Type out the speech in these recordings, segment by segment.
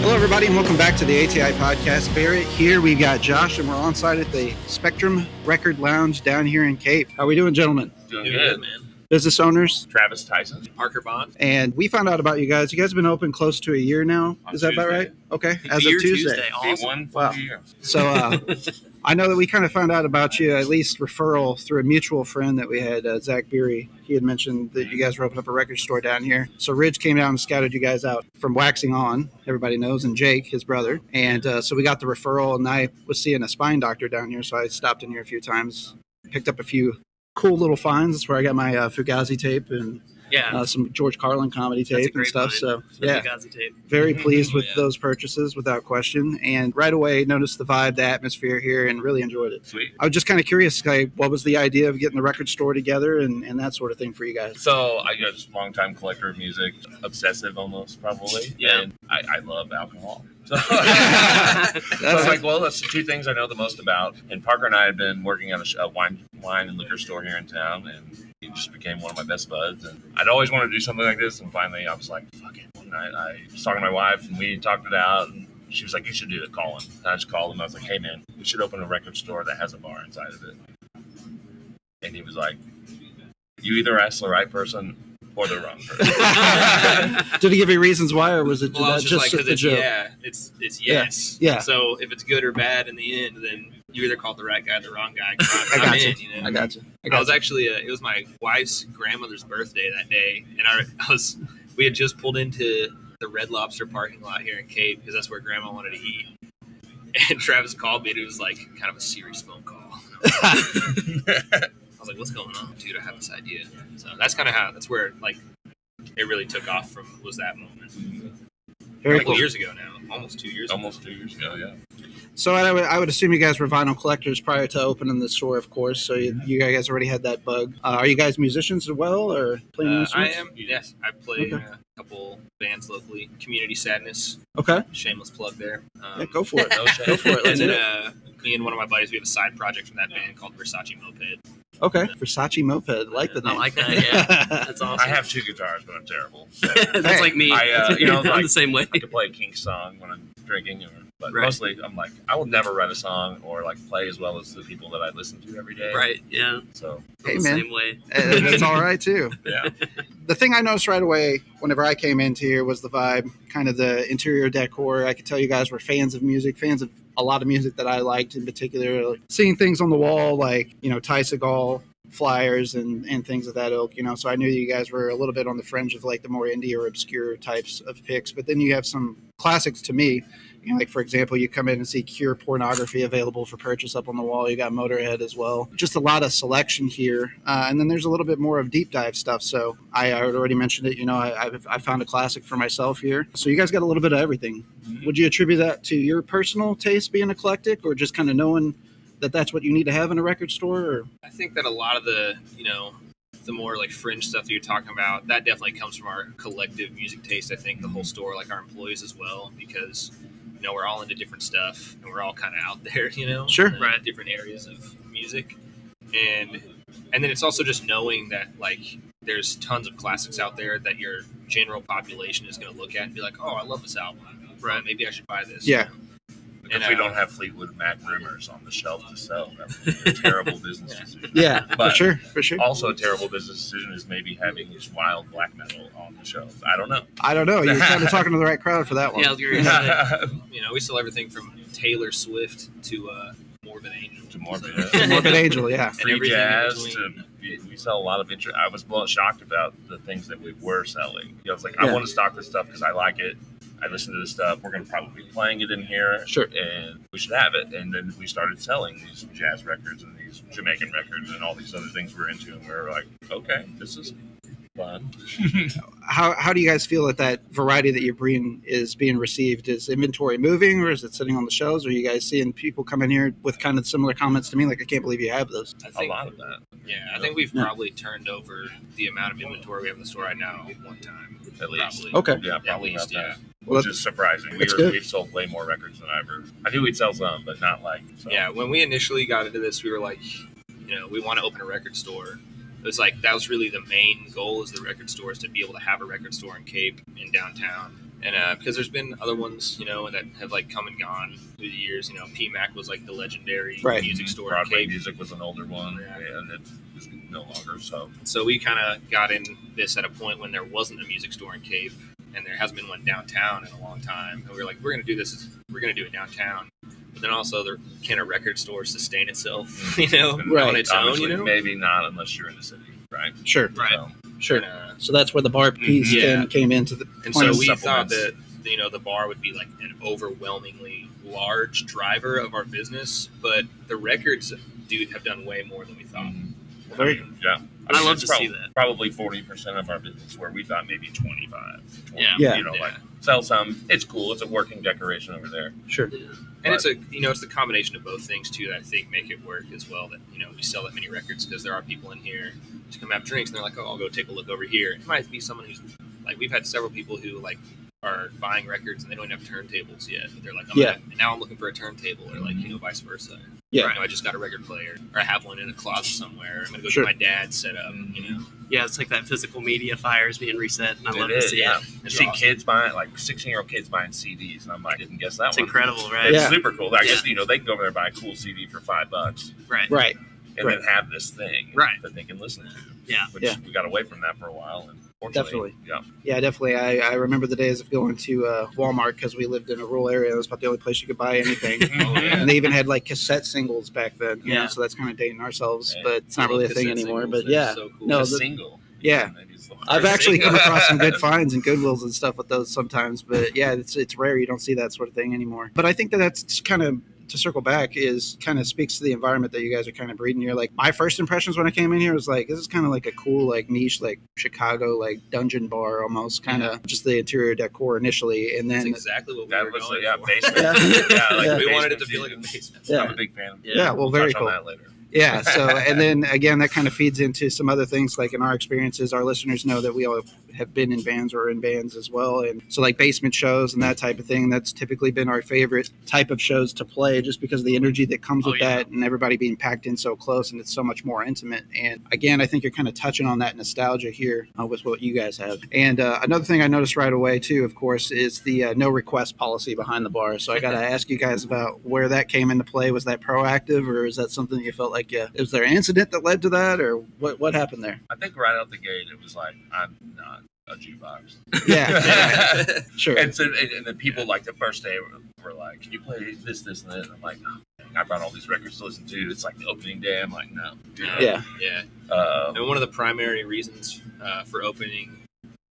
Hello, everybody, and welcome back to the ATI podcast. Barrett here. We've got Josh, and we're on site at the Spectrum Record Lounge down here in Cape. How we doing, gentlemen? Doing Doing good. good, man. Business owners, Travis Tyson. Parker Bond. and we found out about you guys. You guys have been open close to a year now. On Is that about Tuesday. right? Okay, A as of year Tuesday. Awesome. Awesome. One Wow. wow. year. So uh, I know that we kind of found out about you, at least referral through a mutual friend that we had, uh, Zach Beery. He had mentioned that you guys were opening up a record store down here. So Ridge came down and scouted you guys out from Waxing On, everybody knows, and Jake, his brother. And uh, so we got the referral, and I was seeing a spine doctor down here. So I stopped in here a few times, picked up a few cool little finds. That's where I got my uh, Fugazi tape and Yeah. uh, some George Carlin comedy a tape and great stuff. find. So, So yeah you guys tape. very pleased with Mm-hmm. Yeah. those purchases without question and right away noticed the vibe the atmosphere here and really enjoyed it Sweet. i was just kind of curious like what was the idea of getting the record store together and, and that sort of thing for you guys So I got just a long time collector of music, obsessive almost probably. Yeah. And I, I love alcohol. So, so I was like, well, that's the two things I know the most about. And Parker and I had been working at a, sh- a wine, wine and liquor store here in town, and he just became one of my best buds. And I'd always wanted to do something like this, and finally I was like, fuck it. One night I was talking to my wife, and we talked it out. And she was like, you should do it, Colin. And I just called him. I was like, hey man, we should open a record store that has a bar inside of it. And he was like, you either asked the right person or the wrong person. did he give you reasons why or was it well, I was that just like, just, because a it's joke yeah, it's it's Yeah. yes. Yeah. So if it's good or bad in the end, then you either called the right guy or the wrong guy. I I'm, got in, you. you. know? i got you i I got was actually uh, it was my wife's grandmother's birthday that day, and I, I was we had just pulled into the Red Lobster parking lot here in Cape because that's where Grandma wanted to eat. And Travis called me, and it was like kind of a serious phone call. I was like, "What's going on, dude? I have this idea." So that's kind of how that's where like it really took off from was that moment. you. very like cool years ago now, almost two years. Almost two years ago, yeah. so I would, I would assume you guys were vinyl collectors prior to opening the store of course so you, you guys already had that bug uh, are you guys musicians as well or playing ago. Uh, I instruments am. Yes, I play in Okay. a couple bands locally. Community Sadness, okay shameless plug there. Um, yeah, go for it No shame. go for it and let's then do it uh, me and one of my buddies, we have a side project from that band called Versace Moped. okay versace moped like the I name like that. Yeah, that's awesome. I have two guitars, but I'm terrible. that's like me. I, uh, you know, I'm like- the same way. I could play a Kinks song when I'm drinking, or, but Right. mostly I'm like, I will never write a song or like play as well as the people that I listen to every day. Right? Yeah, So Hey, I'm the man. same way. and it's all right too. Yeah. The thing I noticed right away whenever I came into here was the vibe, kind of the interior decor. I could tell you guys were fans of music, fans of a lot of music that I liked in particular. Like, seeing things on the wall like, you know, Ty Segall flyers and, and things of that ilk, you know. So I knew you guys were a little bit on the fringe of like the more indie or obscure types of picks. But then you have some classics to me. You know, like for example, you come in and see Cure pornography available for purchase up on the wall. You got Motorhead as well. Just a lot of selection here, uh, and then there's a little bit more of deep dive stuff. So I, I had already mentioned it. You know, I, I've- I found a classic for myself here. So you guys got a little bit of everything. Would you attribute that to your personal taste being eclectic, or just kind of knowing that that's what you need to have in a record store? Or I think that a lot of the, you know, the more like fringe stuff that you're talking about, that definitely comes from our collective music taste. I think the whole store, like our employees as well, because you know we're all into different stuff and we're all kind of out there, you know, Sure. in Right. Different areas of music, and and then it's also just knowing that like there's tons of classics out there that your general population is going to look at and be like, oh, I love this album. Right. Maybe I should buy this. you Yeah. know? if And, we uh, don't have Fleetwood Mac rumors on the shelf to sell, that would be a terrible business decision. yeah, But- for sure, for sure. Also, a terrible business decision is maybe having just wild black metal on the shelves. I don't know. I don't know. You're kind of talking to the right crowd for that one. Yeah, I was gonna say. you know, we sell everything from Taylor Swift to uh, Morbid Angel To Morbid So- Angel. Morbid Angel, yeah. And Free everything in jazz between. to we- we sell a lot of interest. I was blown shocked about the things that we were selling. You know, I was like, Yeah. I want to stock this stuff because I like it. I listen to this stuff. We're going to probably be playing it in here. Sure. And we should have it. And then we started selling these jazz records and these Jamaican records and all these other things we're into. And we were like, okay, this is fun. How, how do you guys feel that that variety that you bring is being received? Is inventory moving or is it sitting on the shelves? Are you guys seeing people come in here with kind of similar comments to me? Like, I can't believe you have those. I A think, lot of that, yeah, I think we've probably turned over the amount of inventory we have in the store right now one time at least. Probably. Okay. Yeah, At probably least, about yeah. that. Well, Which is surprising. We that's were, good. we've sold way more records than I ever. I knew we'd sell some, but not like. So. Yeah, when we initially got into this, we were like, you know, we want to open a record store. It was like that was really the main goal is the record store is to be able to have a record store in Cape in downtown. And uh, because there's been other ones, you know, that have like come and gone through the years. You know, PMAC was like the legendary Right. music store in Mm-hmm. Broadway Cape. music was an older one, Yeah. and it's, it's no longer. So So we kind of got in this at a point when there wasn't a music store in Cape, and there hasn't been one downtown in a long time. And we were like, we're going to do this. We're going to do it downtown. But then also, the, can a record store sustain itself? You know, Right. on its own. You obviously, know, maybe not unless you're in the city, right? sure, right? So, sure. And, uh, So that's where the bar piece Yeah. then came into the. and Point so of we thought supplements. that you know the bar would be like an overwhelmingly large driver of our business, but the records do have done way more than we thought. Mm-hmm. Very- um, yeah. I, mean, I love it's to prob- see that. Probably forty percent of our business, where we thought maybe 25, 20, Yeah. Yeah. You know, Yeah. like sell some. It's cool. It's a working decoration over there. Sure. And it's a you know it's the combination of both things too that I think make it work as well. That you know we sell that many records because there are people in here to come have drinks and they're like, oh, I'll go take a look over here. It might be someone who's like we've had several people who like are buying records and they don't even have turntables yet. But they're like, I'm Yeah. gonna- now I'm looking for a turntable or like you know vice versa. Yeah. Or, you know, I just got a record player or I have one in a closet somewhere. I'm gonna go Sure. get my dad's set up. You know, Yeah, it's like that physical media fire is being reset, and I It love to is, see yeah. it. I It's see awesome. kids buying like sixteen year old kids buying CDs, and I'm like, I didn't guess that It's one. incredible, right? It's Yeah. super cool. I guess you know they can go over there and buy a cool CD for five bucks, Right. Right. and Right. then have this thing Right. that they can listen to. Yeah. which Yeah. we got away from that for a while, and fortunately, yeah, Yeah, definitely. I, I remember the days of going to uh, Walmart because we lived in a rural area. It was about the only place you could buy anything. yeah. and they even had like cassette singles back then. You know, Yeah. so that's kind of dating ourselves, Yeah. but it's not really a thing Cassette anymore. singles, But they're yeah, so cool. No, a the- single. yeah. Maybe it's the I've first actually come single. across some good finds and Goodwills and stuff with those sometimes. But yeah, it's it's rare you don't see that sort of thing anymore. But I think that that's kind of to circle back is kind of speaks to the environment that you guys are kind of breeding here. Like my first impressions when I came in here was like this is kind of like a cool like niche like Chicago like dungeon bar almost kind of just the interior decor initially, and That's then exactly what we That were was going yeah, for. basement. Yeah. Yeah, like Yeah. we wanted basement it to feel like a season. basement. yeah. I'm a big fan. Of Yeah. Yeah, well, very Touch on cool. that later. Yeah. So, and then again, that kind of feeds into some other things. Like in our experiences, our listeners know that we all have been in bands or in bands as well. And so, like basement shows and that type of thing, that's typically been our favorite type of shows to play just because of the energy that comes Oh, with yeah. that and everybody being packed in so close and it's so much more intimate. And again, I think you're kind of touching on that nostalgia here uh, with what you guys have. And uh, another thing I noticed right away, too, of course, is the uh, no request policy behind the bar. So, I got to ask you guys about where that came into play. Was that proactive or is that something you felt like, yeah, was there an incident that led to that or what, what happened there? I think right out the gate, it was like, I'm not a jukebox. Yeah, yeah, sure. and so, and, and the people like the first day were, were like, "Can you play this, this, and this?" And I'm like, oh, dang, "I brought all these records to listen to." It's like the opening day. I'm like, "No." Yeah, Yeah. Uh, And one of the primary reasons uh, for opening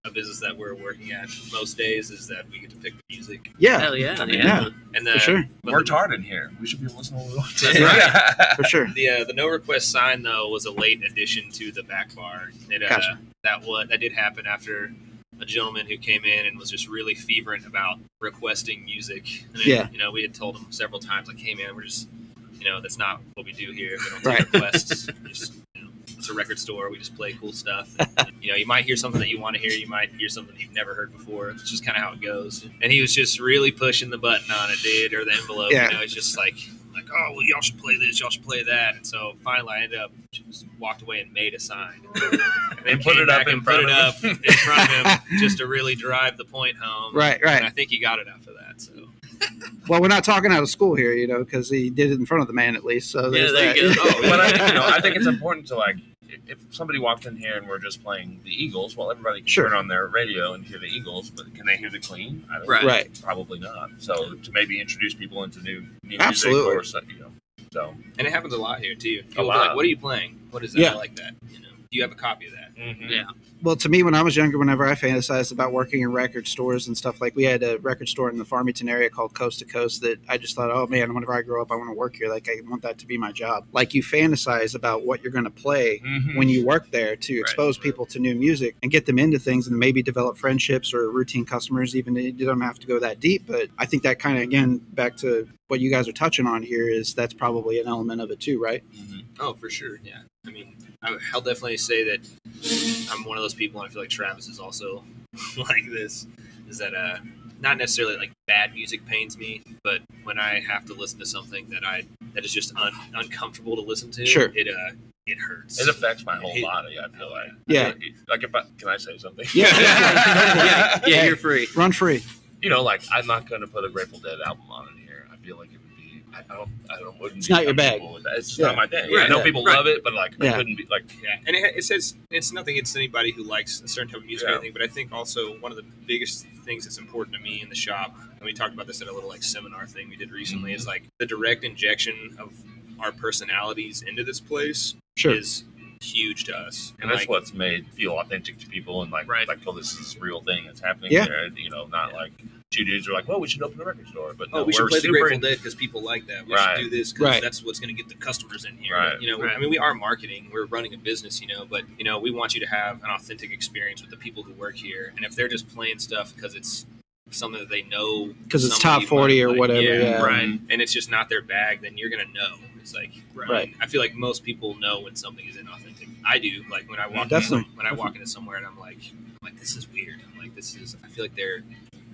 a business that we're working at most days is that we get to pick the music. yeah, Hell yeah. Yeah. And for then sure, but worked hard in here. We should be listening to what we want. That's for sure. the uh, the no request sign though was a late addition to the back bar. It, uh, Gotcha. That was that did happen after a gentleman who came in and was just really fervent about requesting music. And it- Yeah. You know, we had told him several times, like, "Hey, man, we're just." You know that's not what we do here. We don't Right. take requests. We just, you know, it's a record store. We just play cool stuff. you know, you might hear something that you want to hear. You might hear something you've never heard before. It's just kind of how it goes. And he was just really pushing the button on it, dude, or the envelope. Yeah. You know, it's just like, like, oh, well, y'all should play this. Y'all should play that. And so finally, I ended up just walked away and made a sign and, then And put came it up back in and front put it of up in front of him just to really drive the point home. Right, And right. I think he got it after that. So Well, we're not talking out of school here, you know, because he did it in front of the man at least. So Yeah, there's there that. you go. Oh, but I, you know, I think it's important to like, if- if somebody walked in here and we're just playing the Eagles, well, everybody can Sure. turn on their radio and hear the Eagles, but can they hear the Queen? I don't Right. Right. Probably not. So to maybe introduce people into new, new Absolutely. music or something, you know. So and it happens a lot here too. A People be lot. Like, what are you playing? What is that? Yeah. I like that. You know. you have a copy of that? Mhm. Yeah. Well, to me, when I was younger, whenever I fantasized about working in record stores and stuff, like we had a record store in the Farmington area called Coast to Coast that I just thought, oh man, whenever I grow up, I want to work here. Like, I want that to be my job. Like, you fantasize about what you're going to play Mhm. when you work there to expose people to new music and get them into things and maybe develop friendships or routine customers even you don't have to go that deep but i think that kind of again back to what you guys are touching on here is that's probably an element of it too right Mhm. Oh, for sure. Yeah. I mean, I, I'll definitely say that I'm one of those people, and I feel like Travis is also like this. Is that uh, not necessarily like bad music pains me, but when I have to listen to something that I that is just un, uncomfortable to listen to, Sure. it uh, it hurts. It affects my whole Hey. body. I feel like. Yeah. Like if I can I say something? Yeah. yeah, yeah, you're free. run free You know, like I'm not going to put a Grateful Dead album on in here. I feel like it would be. I don't. I don't. Wouldn't It's be not your bag. comfortable with that. It's just Yeah. not my thing. Right. I know Yeah. people Right. love it, but like I Yeah. couldn't be like. Yeah, and it, it says it's nothing against anybody who likes a certain type of music Yeah. or anything, but I think also one of the biggest things that's important to me in the shop, and we talked about this at a little like seminar thing we did recently, Mm-hmm. is like the direct injection of our personalities into this place sure is huge to us. And that's like, what's made feel authentic to people, and like, Right. like, oh, this is a real thing that's happening Yeah. there. You know, not like two dudes are like, well, we should open a record store, but Oh, no, we are should play the super Grateful Dead because people like that. We Right. should do this because Right. that's what's going to get the customers in here. Right. You know, Right. I mean, we are marketing. We're running a business, you know, but you know, we want you to have an authentic experience with the people who work here. And if they're just playing stuff because it's something that they know, because it's top somebody 40 or might like, whatever yeah, right, and it's just not their bag, then you're going to know. It's like, Right. I feel like most people know when something is inauthentic. I do. Like when I walk, Definitely. in, when I walk into somewhere and I'm like, I'm like, this is weird. I'm like, this is. I feel like they're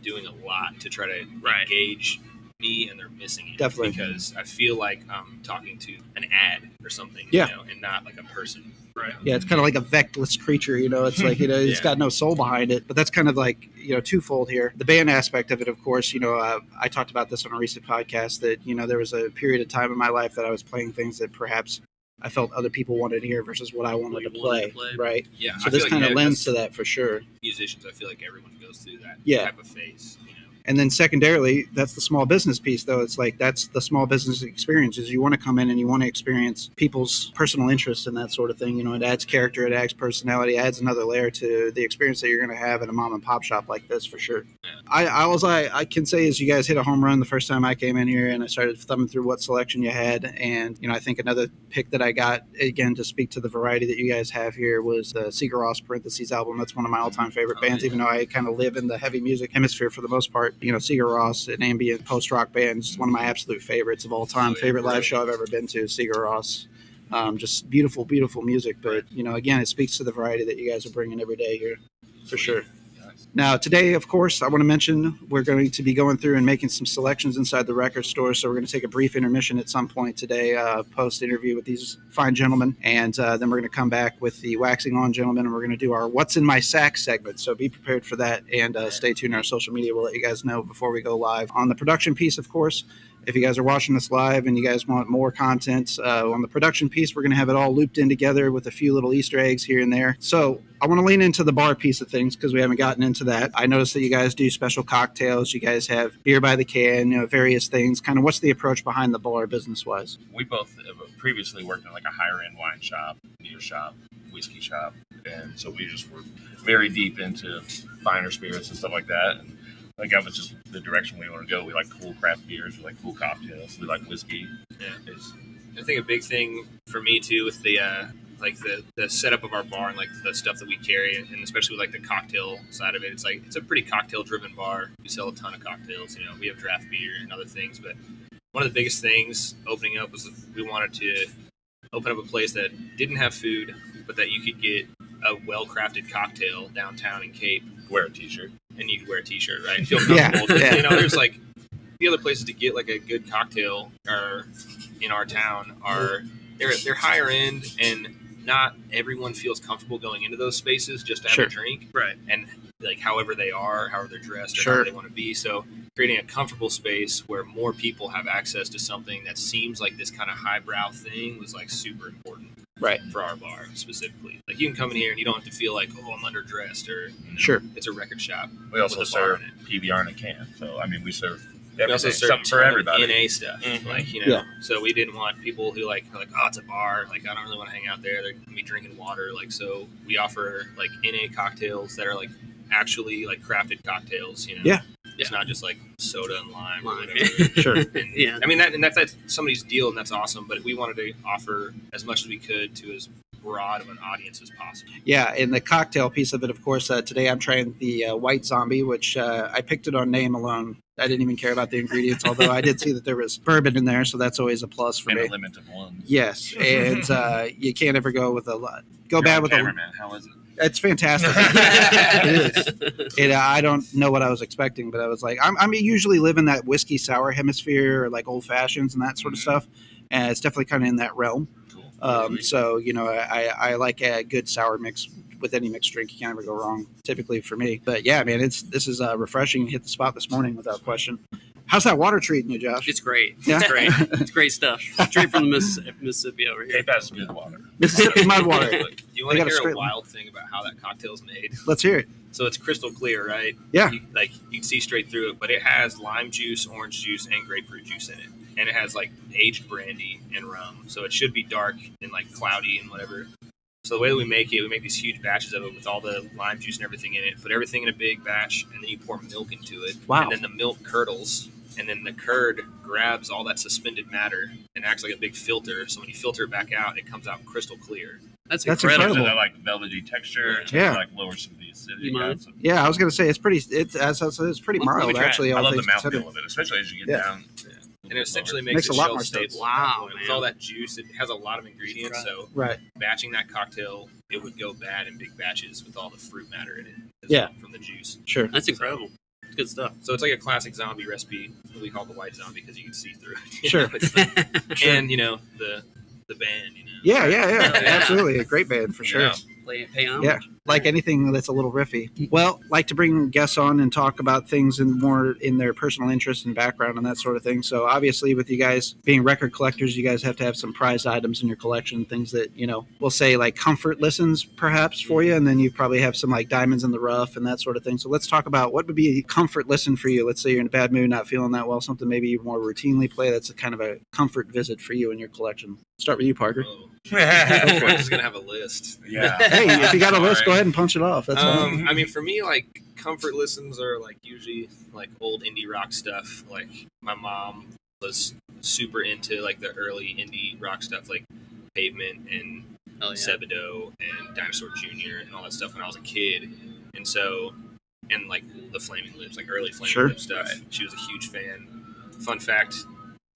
doing a lot to try to Right. engage me, and they're missing it. Definitely. because I feel like I'm talking to an ad or something. Yeah. you know, and not like a person. Right. Yeah, it's kind of like a vectless creature, you know. It's like you know, it's Yeah. got no soul behind it. But that's kind of like you know, twofold here. The band aspect of it, of course. You know, uh, I talked about this on a recent podcast that you know there was a period of time in my life that I was playing things that perhaps I felt other people wanted to hear versus what I wanted, What you to, play, wanted to play. Right. Yeah. So this kind of lends lens to that for sure. musicians. I feel like everyone goes through that Yeah. type of phase. You know. And then secondarily, that's the small business piece, though. It's like that's the small business experience is you want to come in and you want to experience people's personal interests and that sort of thing. You know, it adds character, it adds personality, adds another layer to the experience that you're going to have in a mom and pop shop like this for sure. I, I was I, I can say is you guys hit a home run the first time I came in here and I started thumbing through what selection you had and you know I think another pick that I got again to speak to the variety that you guys have here was the Seeger Ross parentheses album that's one of my all time favorite Oh, bands yeah. even though I kind of live in the heavy music hemisphere for the most part you know Seeger Ross an ambient post rock band is one of my absolute favorites of all time Oh, yeah, favorite live right. show I've ever been to Seeger Ross. Um, just beautiful, beautiful music. But, you know, again, it speaks to the variety that you guys are bringing every day here, for sure. Now, today, of course, I want to mention we're going to be going through and making some selections inside the record store. So, we're going to take a brief intermission at some point today, uh, post interview with these fine gentlemen. And uh, then we're going to come back with the waxing on gentlemen and we're going to do our What's in My Sack segment. So, be prepared for that and uh, stay tuned. Our social media will let you guys know before we go live. On the production piece, of course, if you guys are watching this live and you guys want more content uh, on the production piece, we're going to have it all looped in together with a few little Easter eggs here and there. So I want to lean into the bar piece of things because we haven't gotten into that. I noticed that you guys do special cocktails. You guys have beer by the can, you know, various things. Kind of what's the approach behind the bar business wise? we both have previously worked in like a higher end wine shop, beer shop, whiskey shop, and so we just were very deep into finer spirits and stuff like that. And I think that was just the direction we want to go. We like cool craft beers, we like cool cocktails, we like whiskey. Yeah. It's, I think a big thing for me too with the uh, like the, the setup of our bar and like the stuff that we carry and especially with like the cocktail side of it, it's like it's a pretty cocktail driven bar. We sell a ton of cocktails, you know, we have draft beer and other things, but one of the biggest things opening up was we wanted to open up a place that didn't have food, but that you could get a well crafted cocktail downtown in Cape wear a t shirt. and you wear a t-shirt, right? Feel Yeah, comfortable. yeah. You know, there's like the other places to get like a good cocktail are in our town are they're they're higher end and not everyone feels comfortable going into those spaces just to have Sure. a drink Right. and like however they are, however they're dressed, or Sure. however they want to be. So creating a comfortable space where more people have access to something that seems like this kind of highbrow thing was like super important. Right. For our bar specifically. Like you can come in here and you don't have to feel like, oh, I'm underdressed or Sure. it's a record shop. We also With a bar serve in PBR in a can. So, I mean, we serve We also Everything. serve Something for everybody. NA stuff, Mhm. like you know. Yeah. So we didn't want people who like are like, oh, it's a bar. Like I don't really want to hang out there. They're gonna be drinking water. Like so, we offer like NA cocktails that are like actually like crafted cocktails. You know. Yeah. It's not just like soda and lime or Lime. whatever. Sure. And, Yeah. I mean that, and that's, that's somebody's deal, and that's awesome. But we wanted to offer as much as we could to as broad of an audience as possible. Yeah, and the cocktail piece of it, of course. Uh, today I'm trying the uh, White Zombie, which uh, I picked it on name alone. I didn't even care about the ingredients, although I did see that there was bourbon in there, so that's always a plus for and me. a limit of one. Yes, and uh, you can't ever go with a lot. Go You're bad on with camera, a. man. How is it? It's fantastic. it is. It, uh, I don't know what I was expecting, but I was like, I'm, I'm usually live in that whiskey sour hemisphere, or like old fashions and that sort of Mhm. stuff. And it's definitely kind of in that realm. Cool. Um, so you know, I, I I like a good sour mix with any mixed drink. You can't ever go wrong, typically for me. But yeah, man, it's this is uh, refreshing. Hit the spot this morning without question. How's that water treating you, Josh? It's great. Yeah. It's great. It's great stuff. Straight from the Missis- Mississippi over here. Cape has good water. Mississippi mud water. You want I to got a hear straight a wild thing about how that cocktail's made? Let's hear it. So it's crystal clear, right? Yeah. You, like you can see straight through it, but it has lime juice, orange juice, and grapefruit juice in it, and it has like aged brandy and rum. So it should be dark and like cloudy and whatever. So the way that we make it, we make these huge batches of it with all the lime juice and everything in it. Put everything in a big batch, and then you pour milk into it. Wow. And then the milk curdles, and then the curd grabs all that suspended matter and acts like a big filter. So when you filter it back out, it comes out crystal clear. That's, That's incredible. So incredible. that like velvety texture. it Yeah. Like lowers some of the acidity. You mind? Got some- Yeah, I was gonna say it's pretty. It's as I said, it's pretty Let- let me mild try it. actually. I all love the things mouthfeel considered. of it, especially as you get Yeah. down. and it essentially Lower. Makes makes, it a lot shelf more sense. stable. Wow, With man. all that juice, it has a lot of ingredients. So Right. batching that cocktail, it would go bad in big batches with all the fruit matter in it. as Yeah. well From the juice. Sure. That's incredible. It's good stuff. So it's like a classic zombie recipe. We call it the white zombie because you can see through it. you Sure. know, it's like- and you know the the band. You know. Yeah, yeah, yeah. Yeah. Absolutely, a great band for sure. Yeah. Play, pay homage. Yeah. like anything that's a little riffy. Well, like to bring guests on and talk about things in more in their personal interest and background and that sort of thing. So obviously, with you guys being record collectors, you guys have to have some prized items in your collection, things that you know we'll say like comfort listens perhaps for you, and then you probably have some like diamonds in the rough and that sort of thing. So let's talk about what would be a comfort listen for you. Let's say you're in a bad mood, not feeling that well, something maybe you more routinely play. That's a kind of a comfort visit for you in your collection. Start with you, Parker. Oh, yeah. I'm just gonna have a list. Hey, if you got a list, go ahead and punch it off. That's fine. Um, I mean, for me, like comfort listens are like usually like old indie rock stuff. Like my mom was super into like the early indie rock stuff, like Pavement and Oh, Hell yeah. Sebado and Dinosaur Jr. and all that stuff when I was a kid. And so, and like the Flaming Lips, like early Flaming Sure. Lips stuff. She was a huge fan. Fun fact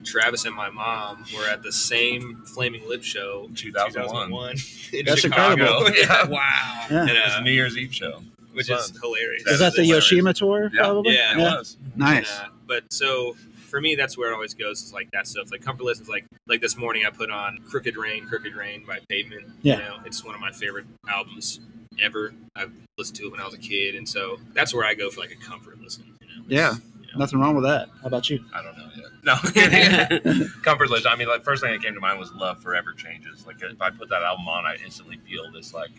Travis and my mom were at the same Flaming Lip show. 2001. 2001 in That's Chicago. incredible. Yeah. Wow. Yeah. And, It's uh, a New Year's Eve show. which Fun. is hilarious. Is that the That's Yoshima tour? Yeah. Probably? Yeah, It was. Nice. And, uh, but so for me, that's where it always goes is like that stuff. Like comfort listens, like like this morning I put on "Crooked Rain," "Crooked Rain" by Pavement. Yeah. you know, it's one of my favorite albums ever. I've listened to it when I was a kid, and so that's where I go for like a comfort listen. You know? Yeah. You know, Nothing wrong with that. How about you? I don't know yet. No. Comfort list. I mean, like first thing that came to mind was "Love Forever Changes." Like if I put that album on, I instantly feel this like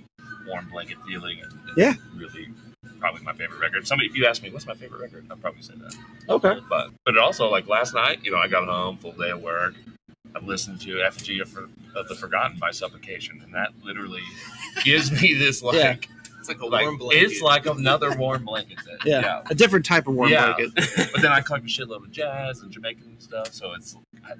warm blanket feeling. And it's Yeah. Really, probably my favorite record. Somebody, if you ask me what's my favorite record, I'd probably say that. Okay. But but it also like last night, you know, I got home, full day of work. I listened to "Effigy of, For- of the Forgotten" by Suffocation, and that literally gives me this like. Yeah. it's like a Like, warm blanket. it's like another warm blanket. That, Yeah. A different type of warm Yeah. blanket. but then I collect a shitload of jazz and Jamaican stuff, so it's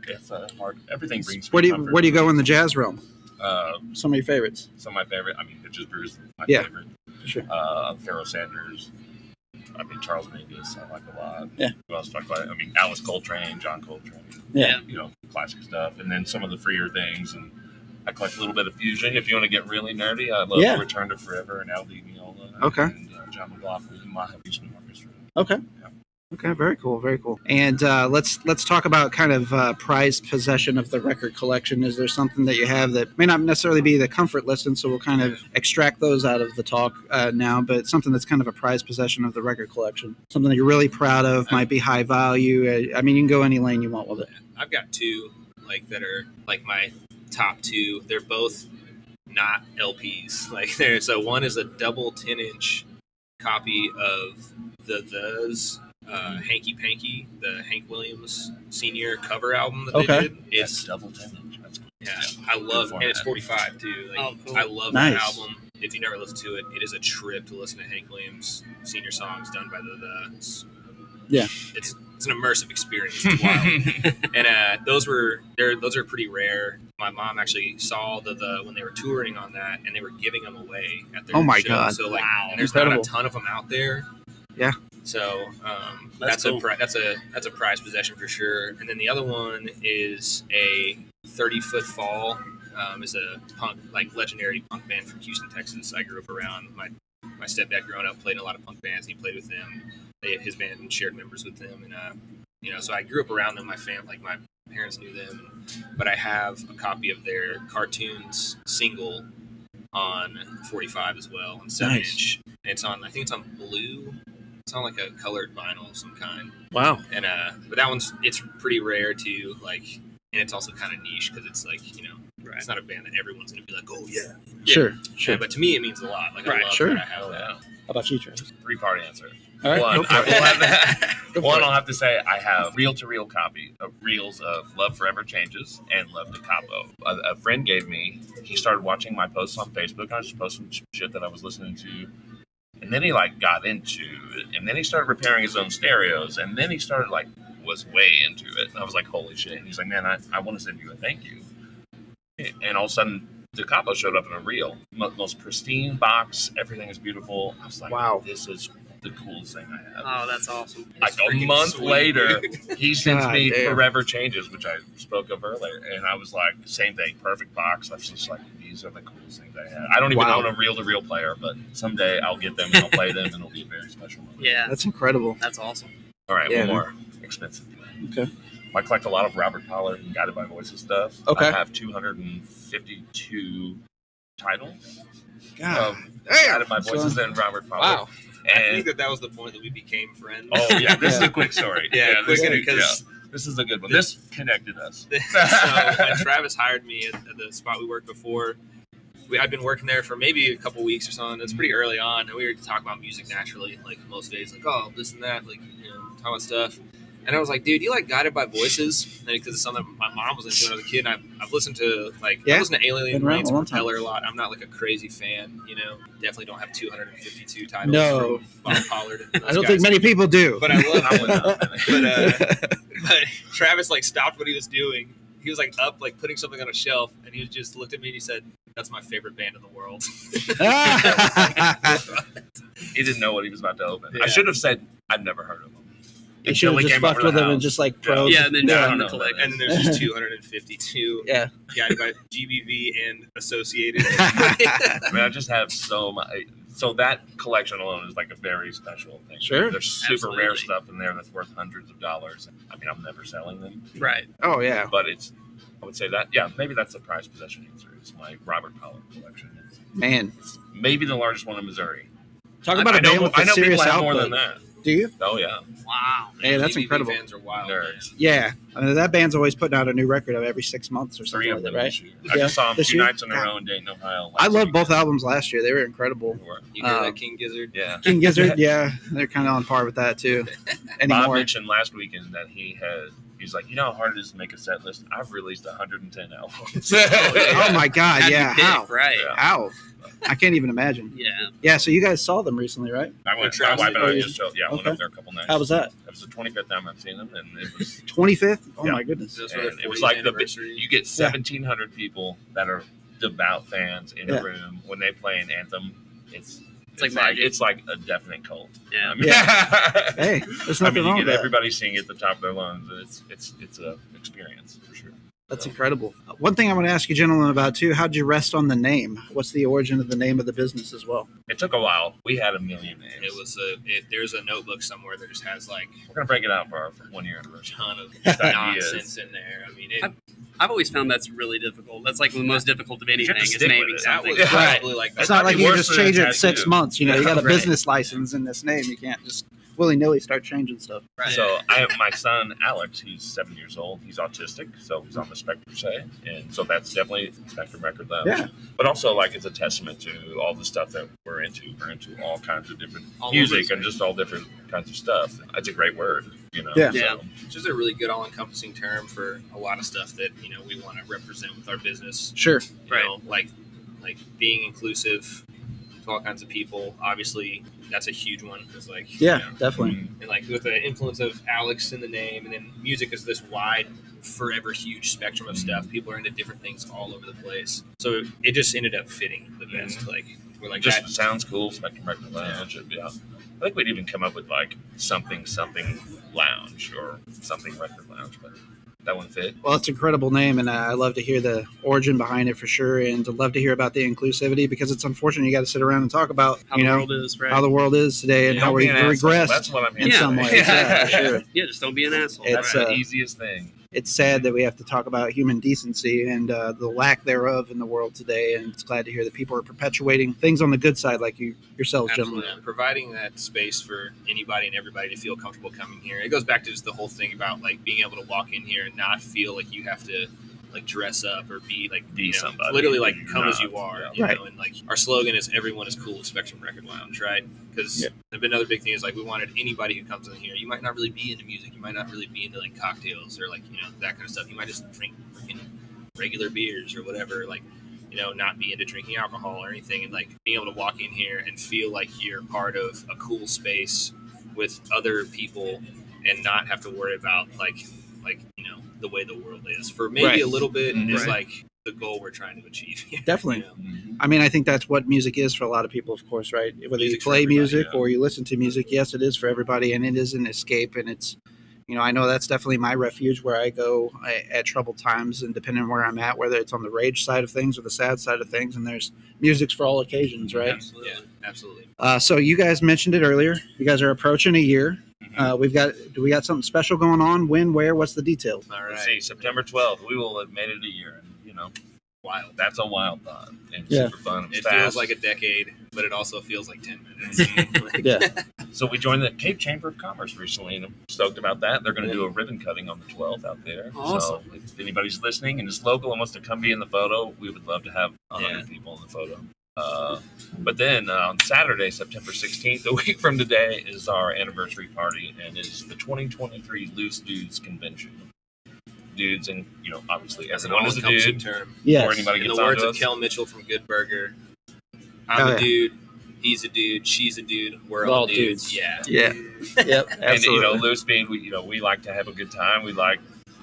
it's a hard. Everything brings. Where do you comfort. where do you go in the jazz realm? Uh, Some of your favorites. some of my favorite. I mean, Hitch's Brews is my Yeah. favorite. Sure. Uh, Pharoah Sanders. I mean, Charles Mingus. I like a lot. Yeah. Who else do I like? I mean, Alice Coltrane, John Coltrane. Yeah. You know, classic stuff, and then some of the freer things. And I collect a little bit of fusion. If you want to get really nerdy, I love Yeah. Return to Forever and Al Di Meola. Okay. And uh, John McLaughlin and my Houston Orchestra. Okay, very cool, very cool. And uh, let's let's talk about kind of uh, prized possession of the record collection. Is there something that you have that may not necessarily be the comfort listen? So we'll kind of extract those out of the talk uh, now, but something that's kind of a prized possession of the record collection, something that you're really proud of, might be high value. Uh, I mean, you can go any lane you want with it. I've got two like that are like my top two. They're both not LPs. Like there, so one is a double ten inch copy of the The's uh, Hanky Panky, the Hank Williams senior cover album that they Okay. did. It's It's double ten inch. That's cool. yeah, I love and it's format. 45 too. Like, Oh, cool. I love Nice. that album. If you never listen to it, it is a trip to listen to Hank Williams senior songs done by the Thugs. Yeah. it's it's an immersive experience. It's wild and uh, those were they're, those are pretty rare. My mom actually saw the, the when they were touring on that, and they were giving them away at their Oh my show. God. So like, Wow. and there's Incredible. not a ton of them out there. Yeah. So um, That's that's, cool. a pri- that's a that's a prized possession for sure. And then the other one is a 30 foot fall. Um, is a punk like legendary punk band from Houston, Texas. I grew up around my my stepdad growing up played in a lot of punk bands. And he played with them. They, his band shared members with them, and uh, you know, so I grew up around them. My fam, like my parents knew them, but I have a copy of their cartoons single on 45 as well on seven Nice. inch. And it's on, I think it's on blue. It's on like a colored vinyl of some kind. Wow. And uh, but that one's it's pretty rare too. Like, and it's also kind of niche because it's like you know, Right. it's not a band that everyone's gonna be like, oh yeah, Yeah. Sure. Yeah, but to me it means a lot. Like, Right, I love sure. that I have that. How about you, Travis? Three part answer. All right. one, go for I it. will have that. Go for one, it. I'll have to say I have reel to reel copy of reels of Love Forever Changes and Love to Capo. A, a friend gave me. He started watching my posts on Facebook. I was just posting sh- shit that I was listening to, and then he like got into, it. and then he started repairing his own stereos, and then he started like was way into it. And I was like, holy shit. And he's like, man, I, I want to send you a thank you. And all of a sudden, the Capo showed up in a reel, Mo- most pristine box. Everything is beautiful. I was like, Wow. this is the coolest thing I have Oh, that's awesome. like a freaking month sweet, later, he sends God me damn. Forever Changes, which I spoke of earlier, and I was like, same thing, perfect box. I was just like, these are the coolest things I had. I don't even Wow. own a reel-to-reel player, but someday I'll get them and I'll play them, and it'll be a very special moment. Yeah, That's incredible. that's awesome. All right, Yeah, one more expensive. Okay. I collect a lot of Robert Pollard and Guided by Voices stuff. Okay. I have 252 titles God. of Damn. Guided by So- Voices and Robert Pollard. Wow. I think And that that was the point that we became friends. oh yeah, this is Yeah. a quick story. yeah, this, quick yeah. because This is a good one. This connected us. so when Travis hired me at, at the spot we worked before, we, I'd been working there for maybe a couple weeks or something. It's Mm-hmm. pretty early on, and we were talking about music naturally, like most days, like oh this and that, like you know, talking about stuff. And I was like, dude, you like guided by voices, because it's something my mom was into when I was a kid. And I've, I've listened to like Yeah. I've listened to Alien Been around Reigns a long and time. Propeller a lot. I'm not like a crazy fan, you know. Definitely don't have 252 titles. No. from Bob Pollard. and I those don't guys. think many people do. But I love I would not. but uh, but Travis like stopped what he was doing. He was like up, like putting something on a shelf, and he just looked at me and he said, "That's my favorite band in the world." He didn't know what he was about to open. Yeah. I should have said, I've never heard of him. you should Until have he just came over fucked to with the them and house. just like Yeah. probed. Yeah, and then Yeah, I don't down the know. collection. and then there's just 252 Yeah. guided by GBV and associated. I mean, I just have so much. So that collection alone is like a very special thing. Sure. There's super rare Absolutely. stuff in there that's worth hundreds of dollars. I mean, I'm never selling them, Right. oh yeah. but it's, I would say that, yeah, maybe that's a prized possession answer. It's my Robert Pollard collection. It's Man. maybe the largest one in Missouri. Talk I- about I a band know, with I a know serious people have output. more than that. Do you? Oh, yeah. Wow. Hey, that's GBV incredible. Fans are wild. Nerds. Yeah. I mean, that band's always putting out a new record of every six months or Three something of like them that, right? this year. I Yeah. just saw them This two yew? nights in a row in Dayton, Ohio. I last love week. both albums last year. They were incredible. You hear Um, that, King Gizzard? Yeah. King Gizzard, yeah, they're kind of on par with that too. Bob Anymore. mentioned last weekend that he had. He's like, you know how hard it is to make a set list. I've released 110 albums. Oh my god, Happy yeah. pick, How? Right. Yeah. How? I can't even imagine. Yeah. Yeah, so you guys saw them recently, right? I went They're to Wipe It Out traveling. his show. Yeah, I went Okay. up there a couple nights. How was that? It was the 25th time I've seen him, and it was. 25th? Oh Yeah. my goodness. Those were their and it was 40th like the anniversary. you get 1,700 people that are devout fans in Yeah. a room when they play an anthem. It's it's, like like, magic. it's like a definite cult. Yeah. I mean, Hey, there's I nothing mean wrong you with get that. everybody singing at the top of their lungs. and It's it's it's a experience for sure. That's incredible. One thing I want to ask you, gentlemen, about too, how'd you rest on the name? What's the origin of the name of the business as well? It took a while. We had a million names. It was a. It, there's a notebook somewhere that just has like We're gonna break it out for our one year a anniversary. ton of Just ideas. nonsense in there. I mean, it, I- I've always found that's really difficult. That's like the most difficult of anything have to is stick naming with it. that something. was Yeah. probably like It's That not might like be you worse just than a change it six tattoo. months. You know, you got a Right. business license in this name. You can't just willy nilly start changing stuff. Right. So I have my son Alex. He's seven years old. He's autistic, so he's on the spectrum, say, and so that's definitely spectrum record lounge. Yeah. But also, like, it's a testament to all the stuff that we're into. We're into all kinds of different All over music the and just all different kinds of stuff. That's a great word, you know. Yeah. so- Yeah. Which is a really good all-encompassing term for a lot of stuff that you know we want to represent with our business. Sure. You know, like like being inclusive to all kinds of people. Obviously, that's a huge one because like Yeah, you know, Mm-hmm. definitely. and like with the influence of Alex in the name, and then music is this wide, forever huge spectrum of stuff. People are into different things all over the place, so it just ended up fitting the best. Like we're like It just that. sounds cool. Spectrum Record Lounge. and, Yeah. I think we'd even come up with like something something lounge or something record lounge, but that one fit. Well, it's an incredible name, and I love to hear the origin behind it for sure, and to love to hear about the inclusivity because it's unfortunate you got to sit around and talk about How you the know world is, right? how the world is today and Don't how be we've an asshole. regressed That's what I'm in here Yeah. some for. ways. Yeah, for sure. yeah, just don't be an asshole. It's, That's right? uh, the easiest thing. It's sad that we have to talk about human decency and uh, the lack thereof in the world today, and it's glad to hear that people are perpetuating things on the good side, like you yourselves, Absolutely. gentlemen. Providing that space for anybody and everybody to feel comfortable coming here. It goes back to just the whole thing about like being able to walk in here and not feel like you have to like dress up or be like Be you know, somebody. Literally like come Not, as you are. yeah. You Right. know, and like our slogan is everyone is cool with Spectrum Record Lounge, right? Because Yeah. another big thing is like we wanted anybody who comes in here. You might not really be into music. You might not really be into like cocktails or like you know that kind of stuff. You might just drink freaking regular beers or whatever. Like you know, not be into drinking alcohol or anything, and like being able to walk in here and feel like you're part of a cool space with other people, and not have to worry about like, like you know, the way the world is. For maybe Right. a little bit is Right. like the goal we're trying to achieve. Here, Definitely. you know? I mean, I think that's what music is for a lot of people, of course, right? Whether Music you for play everybody, music yeah. or you listen to music, yes, it is for everybody, and it is an escape. And it's, you know, I know that's definitely my refuge where I go I, at troubled times, and depending on where I'm at, whether it's on the rage side of things or the sad side of things, and there's music's for all occasions, right? Absolutely. Yeah, absolutely. Uh, so you guys mentioned it earlier. You guys are approaching a year. Mm-hmm. Uh, we've got do we got something special going on? When? Where? What's the detail? All Let's right. see, September 12th, we will have made it a year. And, you know, Wild. that's a wild thought and Yeah. super fun. and It fast. feels like a decade, but it also feels like ten minutes. Yeah, So we joined the Cape Chamber of Commerce recently, and I'm stoked about that. They're going to do a ribbon cutting on the 12th out there. Awesome. So if anybody's listening and is local and wants to come be in the photo, we would love to have 100 Yeah. people in the photo. Uh, but then uh, on Saturday, September 16th, a week from today, is our anniversary party, and it's the 2023 Loose Dudes Convention. Dudes, and you know, obviously, As an everyone is a all-encompassing dude. term. Or yes, anybody In gets onto the words of us. Kel Mitchell from Good Burger, Oh, I'm a yeah. dude, he's a dude, she's a dude, we're We're all all dudes. Yeah. yeah, yep, absolutely. And you know, loose being we you know we like to have a good time. We like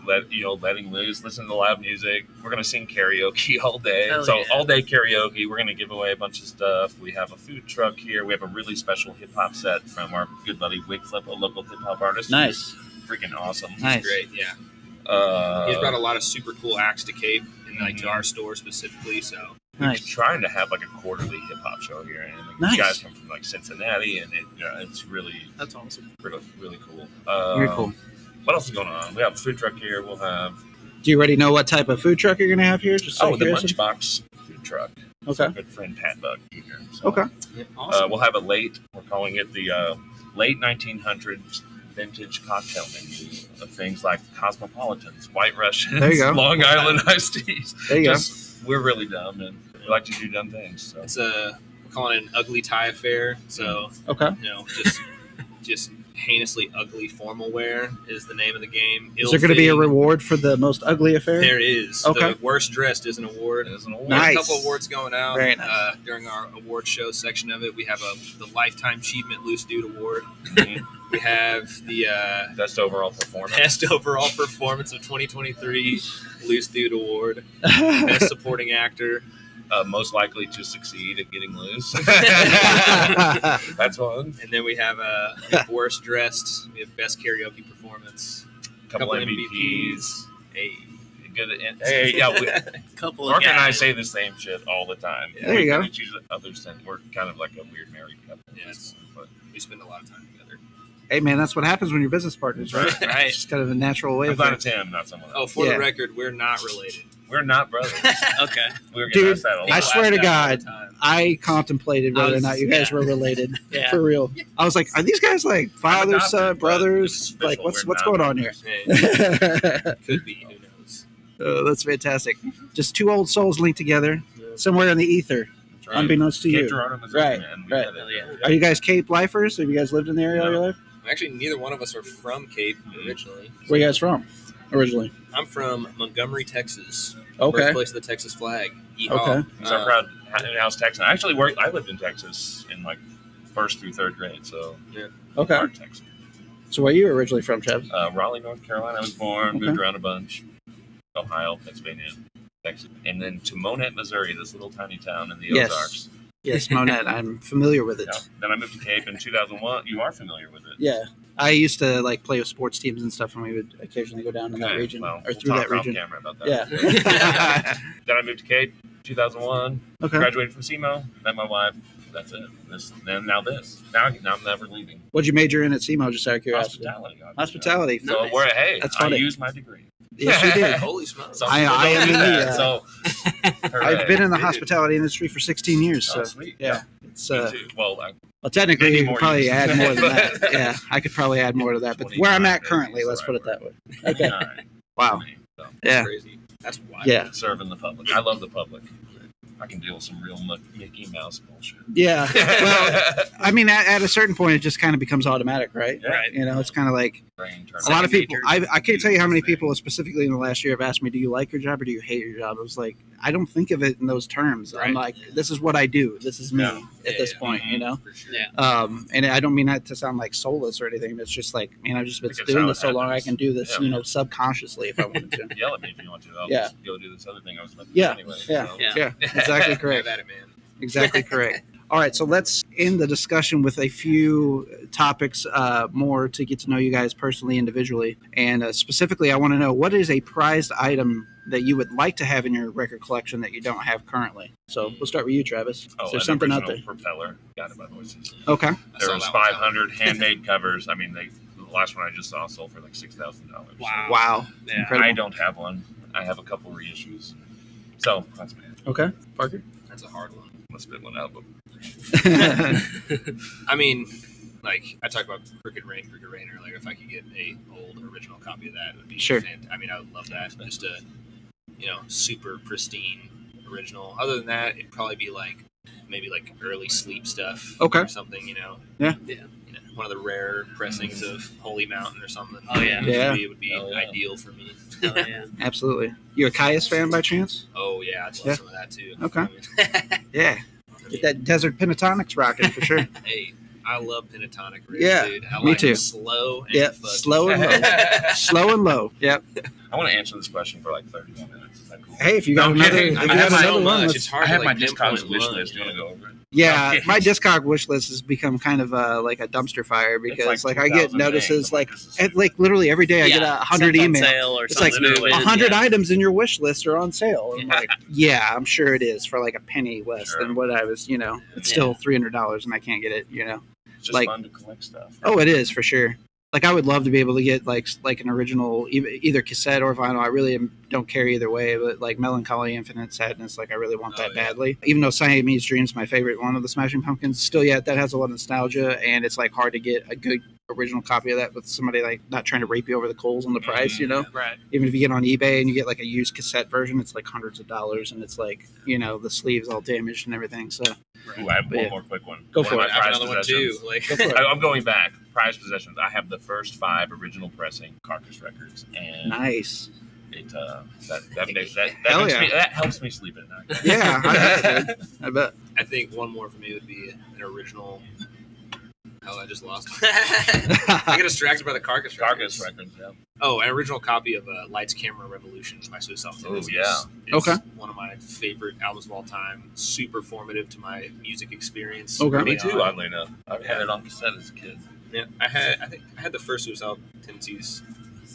let you know letting loose, listen to loud music. We're gonna sing karaoke all day. Hell so yeah. all day karaoke. We're gonna give away a bunch of stuff. We have a food truck here. We have a really special hip hop set from our good buddy Wick Flip, a local hip hop artist. nice, freaking awesome. nice. Great, yeah. Uh, He's brought a lot of super cool acts to Cape and like to Mhm. our store specifically. So we're Nice. trying to have like a quarterly hip hop show here, and like, Nice. these guys come from like Cincinnati, and it, yeah, it's really That's awesome. really, really cool. Uh, Very cool. What else is going on? We have a food truck here. We'll have Do you already know what type of food truck you're going to have here? Just so oh, the curious? Lunchbox food truck. It's Okay. our good friend Pat Buck Jr. So, Okay. Uh, we'll have a late. We're calling it the uh, late 1900s vintage cocktail menu of things like cosmopolitans, white Russians, There you go. Long Island iced teas. There you Just, we're really dumb and we like to do dumb things. So. it's a we're calling it an ugly tie affair. So go. Okay. you know, just just heinously ugly formal wear is the name of the game. Is there going to be a Ill-fitting. reward for the most ugly affair? There is. Okay. The worst dressed is an award. It is an award. We have Nice. a couple awards going out Very nice. uh, during our award show section of it. We have a the lifetime achievement loose dude award. Mm-hmm. Mhm. We have the uh, Best overall performance. best overall performance of 2023 loose dude award. Best supporting actor. Uh, most likely to succeed at getting loose. That's one. And then we have uh, we have worst dressed. We have best karaoke performance. A couple, Couple MVPs. Hey, Good. Hey, yeah. We, Couple of Uh, Mark and I guys. say the same shit all the time. There you We go. kinda choose Others and we're kind of like a weird married couple. Yeah, it's- But- we spend a lot of time together. hey, man, that's what happens when you're business partners, right? Right. It's just kind of a natural way I'm of glad it. it's him, not someone else. Oh, for Yeah. the record, we're not related. We're not brothers. Okay. We were Dude, getting asked that a lot. I swear to God. Time. I contemplated I whether was- or not you guys yeah. were related Yeah. for real. I was like, are these guys like father, adopted, son, but it's brothers? official, Like, what's we're what's not going on here? Yeah, oh, could be. Who knows? that's fantastic. Just two old souls linked together somewhere in the ether, That's right. unbeknownst to Cape you. Girardeau, Missouri, Right, man. We right. had it. Are you guys Cape lifers? Have you guys lived in the area all your life? Actually, neither one of us are from Cape originally. Where you guys from originally? I'm from Montgomery, Texas. Okay. Birthplace of the Texas flag. Yeehaw. Okay. He's our Uh, proud in-house Texan. I actually worked. I lived in Texas in like first through third grade, so Okay. hard Texas. So where you originally from, Travis? Uh, Raleigh, North Carolina. I was born. Okay. Moved around a bunch. Ohio, Pennsylvania, Texas, and then to Monette, Missouri. This little tiny town in the Yes. Ozarks. Yes, Monette. I'm familiar with it. Yeah. Then I moved to Cape in 2001. You are familiar with it. Yeah. I used to like play with sports teams and stuff, and we would occasionally go down in that Okay, region well, or we'll through talk that off region. Camera about that. Yeah. Then I moved to Cape 2001. okay. Graduated from SEMO. Met my wife. That's it. This, then now this. Now, I- now I'm never leaving. What'd you major in at SEMO? Just out of curiosity. Hospitality. obviously. Hospitality. So Nice. we're hey, That's I funny. used my degree. Yes, you did. Holy smokes. Some I- people I don't am do in the, that, uh, so I've been in the hooray. hospitality industry for 16 years, so Oh, sweet. yeah, it's Me uh, too. well, I, well, technically Many you could more probably years. add more than that. Yeah, I could probably add more to that, but where I'm 29 at currently, is the let's right put it that way. I'm Okay, not wow, me, so. yeah, Crazy. That's wild. yeah, Serving the public. I love the public. I can deal with some real Mic- Mickey Mouse bullshit. yeah. Well, I mean, at, at a certain point, it just kind of becomes automatic, right? Yeah. Right. You know, it's kind of like Brain a lot turn. of people. I, Major. I can't tell you how many people, specifically in the last year, have asked me, "Do you like your job or do you hate your job?" I was like, I don't think of it in those terms. I'm like, this is what I do. This is me Yeah. at this point. You know. For sure. Yeah. um, and I don't mean that to sound like soulless or anything. It's just like, man, I've just been Because doing how this it so long, I happens. can do this, Yeah. you know, subconsciously if I wanted to. Yell at me if you want to. I'll Yeah. just go do this other thing I was about to Yeah. do anyway. Yeah. so. Yeah. yeah, exactly Have correct. at it, man. Exactly correct. All right, so let's end the discussion with a few topics uh, more to get to know you guys personally, individually, and uh, specifically, I want to know what is a prized item that you would like to have in your record collection that you don't have currently. So we'll start with you, Travis. Oh, is there an something out there? original Propeller. Got it by voices. Okay. I There saw was that one coming. 500 handmade covers. I mean, they, the last one I just saw sold for like six thousand dollars. Wow. Wow. Yeah. Incredible. I don't have one. I have a couple reissues. So that's my Okay, Parker. That's a hard one. Let's spit one out. But I mean, like I talked about Crooked Rain, Crooked Rain earlier. If I could get a old original copy of that, it would be Sure. fant- I mean, I would love that. Just a you know super pristine original. Other than that, it'd probably be like maybe like early sleep stuff. Okay. Or something, you know. Yeah. Yeah. You know, one of the rare pressings of Holy Mountain or something. Oh, yeah. Those would Yeah. be- It would be Hell, yeah. ideal for me. Oh, yeah. Absolutely. You a Caius fan by chance? Oh yeah, I'd love Yeah. some of that too. Okay. I mean, Yeah. Get that desert pentatonics rocking for sure. Hey, I love pentatonic riffs, Yeah, dude. I me like 'em too. slow and yep. fucking- Slow and low. Slow and low. Yep. I want to answer this question for like 30 more minutes. Is that cool? Hey, if you got No another, kidding. if I you have got my another own one, lunch. let's- It's hard I have to my like Discogs pinpoint wish one, list. Do you yeah. want to go over it? yeah, Okay. my Discog wish list has become kind of uh, like a dumpster fire because like, I get 2000 notices names. I'm like this is- at, like literally every day I get a hundred emails. Sale or It's like something. a A hundred Yeah. items in your wish list are on sale. And I'm Yeah. like, yeah, I'm sure it is for like a penny less Sure. than what I was. You know, it's still three hundred dollars and I can't get it. You know. It's just like- fun to collect stuff. Oh, it is for sure. Like I would love to be able to get like s- like an original e- either cassette or vinyl. I really am, don't care either way, but like Melancholy Infinite Sadness, like I really want Oh, that yeah. badly. Even though Siamese Dreams my favorite one of the Smashing Pumpkins, still yet that has a lot of nostalgia, and it's like hard to get a good original copy of that with somebody like not trying to rape you over the coals on the price, Mm, you know. Right. Even if you get on eBay and you get like a used cassette version, it's like hundreds of dollars, and it's like you know the sleeves all damaged and everything. So Ooh, I have But one yeah. more quick one. Go One for of it. my I have prized another one too. possessions. Like go for it. I- I'm going back. Prize possessions. I have the first five original pressing Carcass records, and nice. it uh, that that makes that that, Hell makes yeah. me, that helps me sleep at night. Yeah, I bet. dude. I bet. I think one more for me would be an original. Hell, I just lost. it. I get distracted by the carcass. Carcass records. records. Yeah. Oh, an original copy of uh, Lights Camera Revolution by Suicide Oh, Tendencies. yeah. It's Okay. One of my favorite albums of all time. Super formative to my music experience. Okay. Me Early too. on. Oddly enough, I've had it on cassette as a kid. Yeah, I had. I think I had the first Suicide Tendencies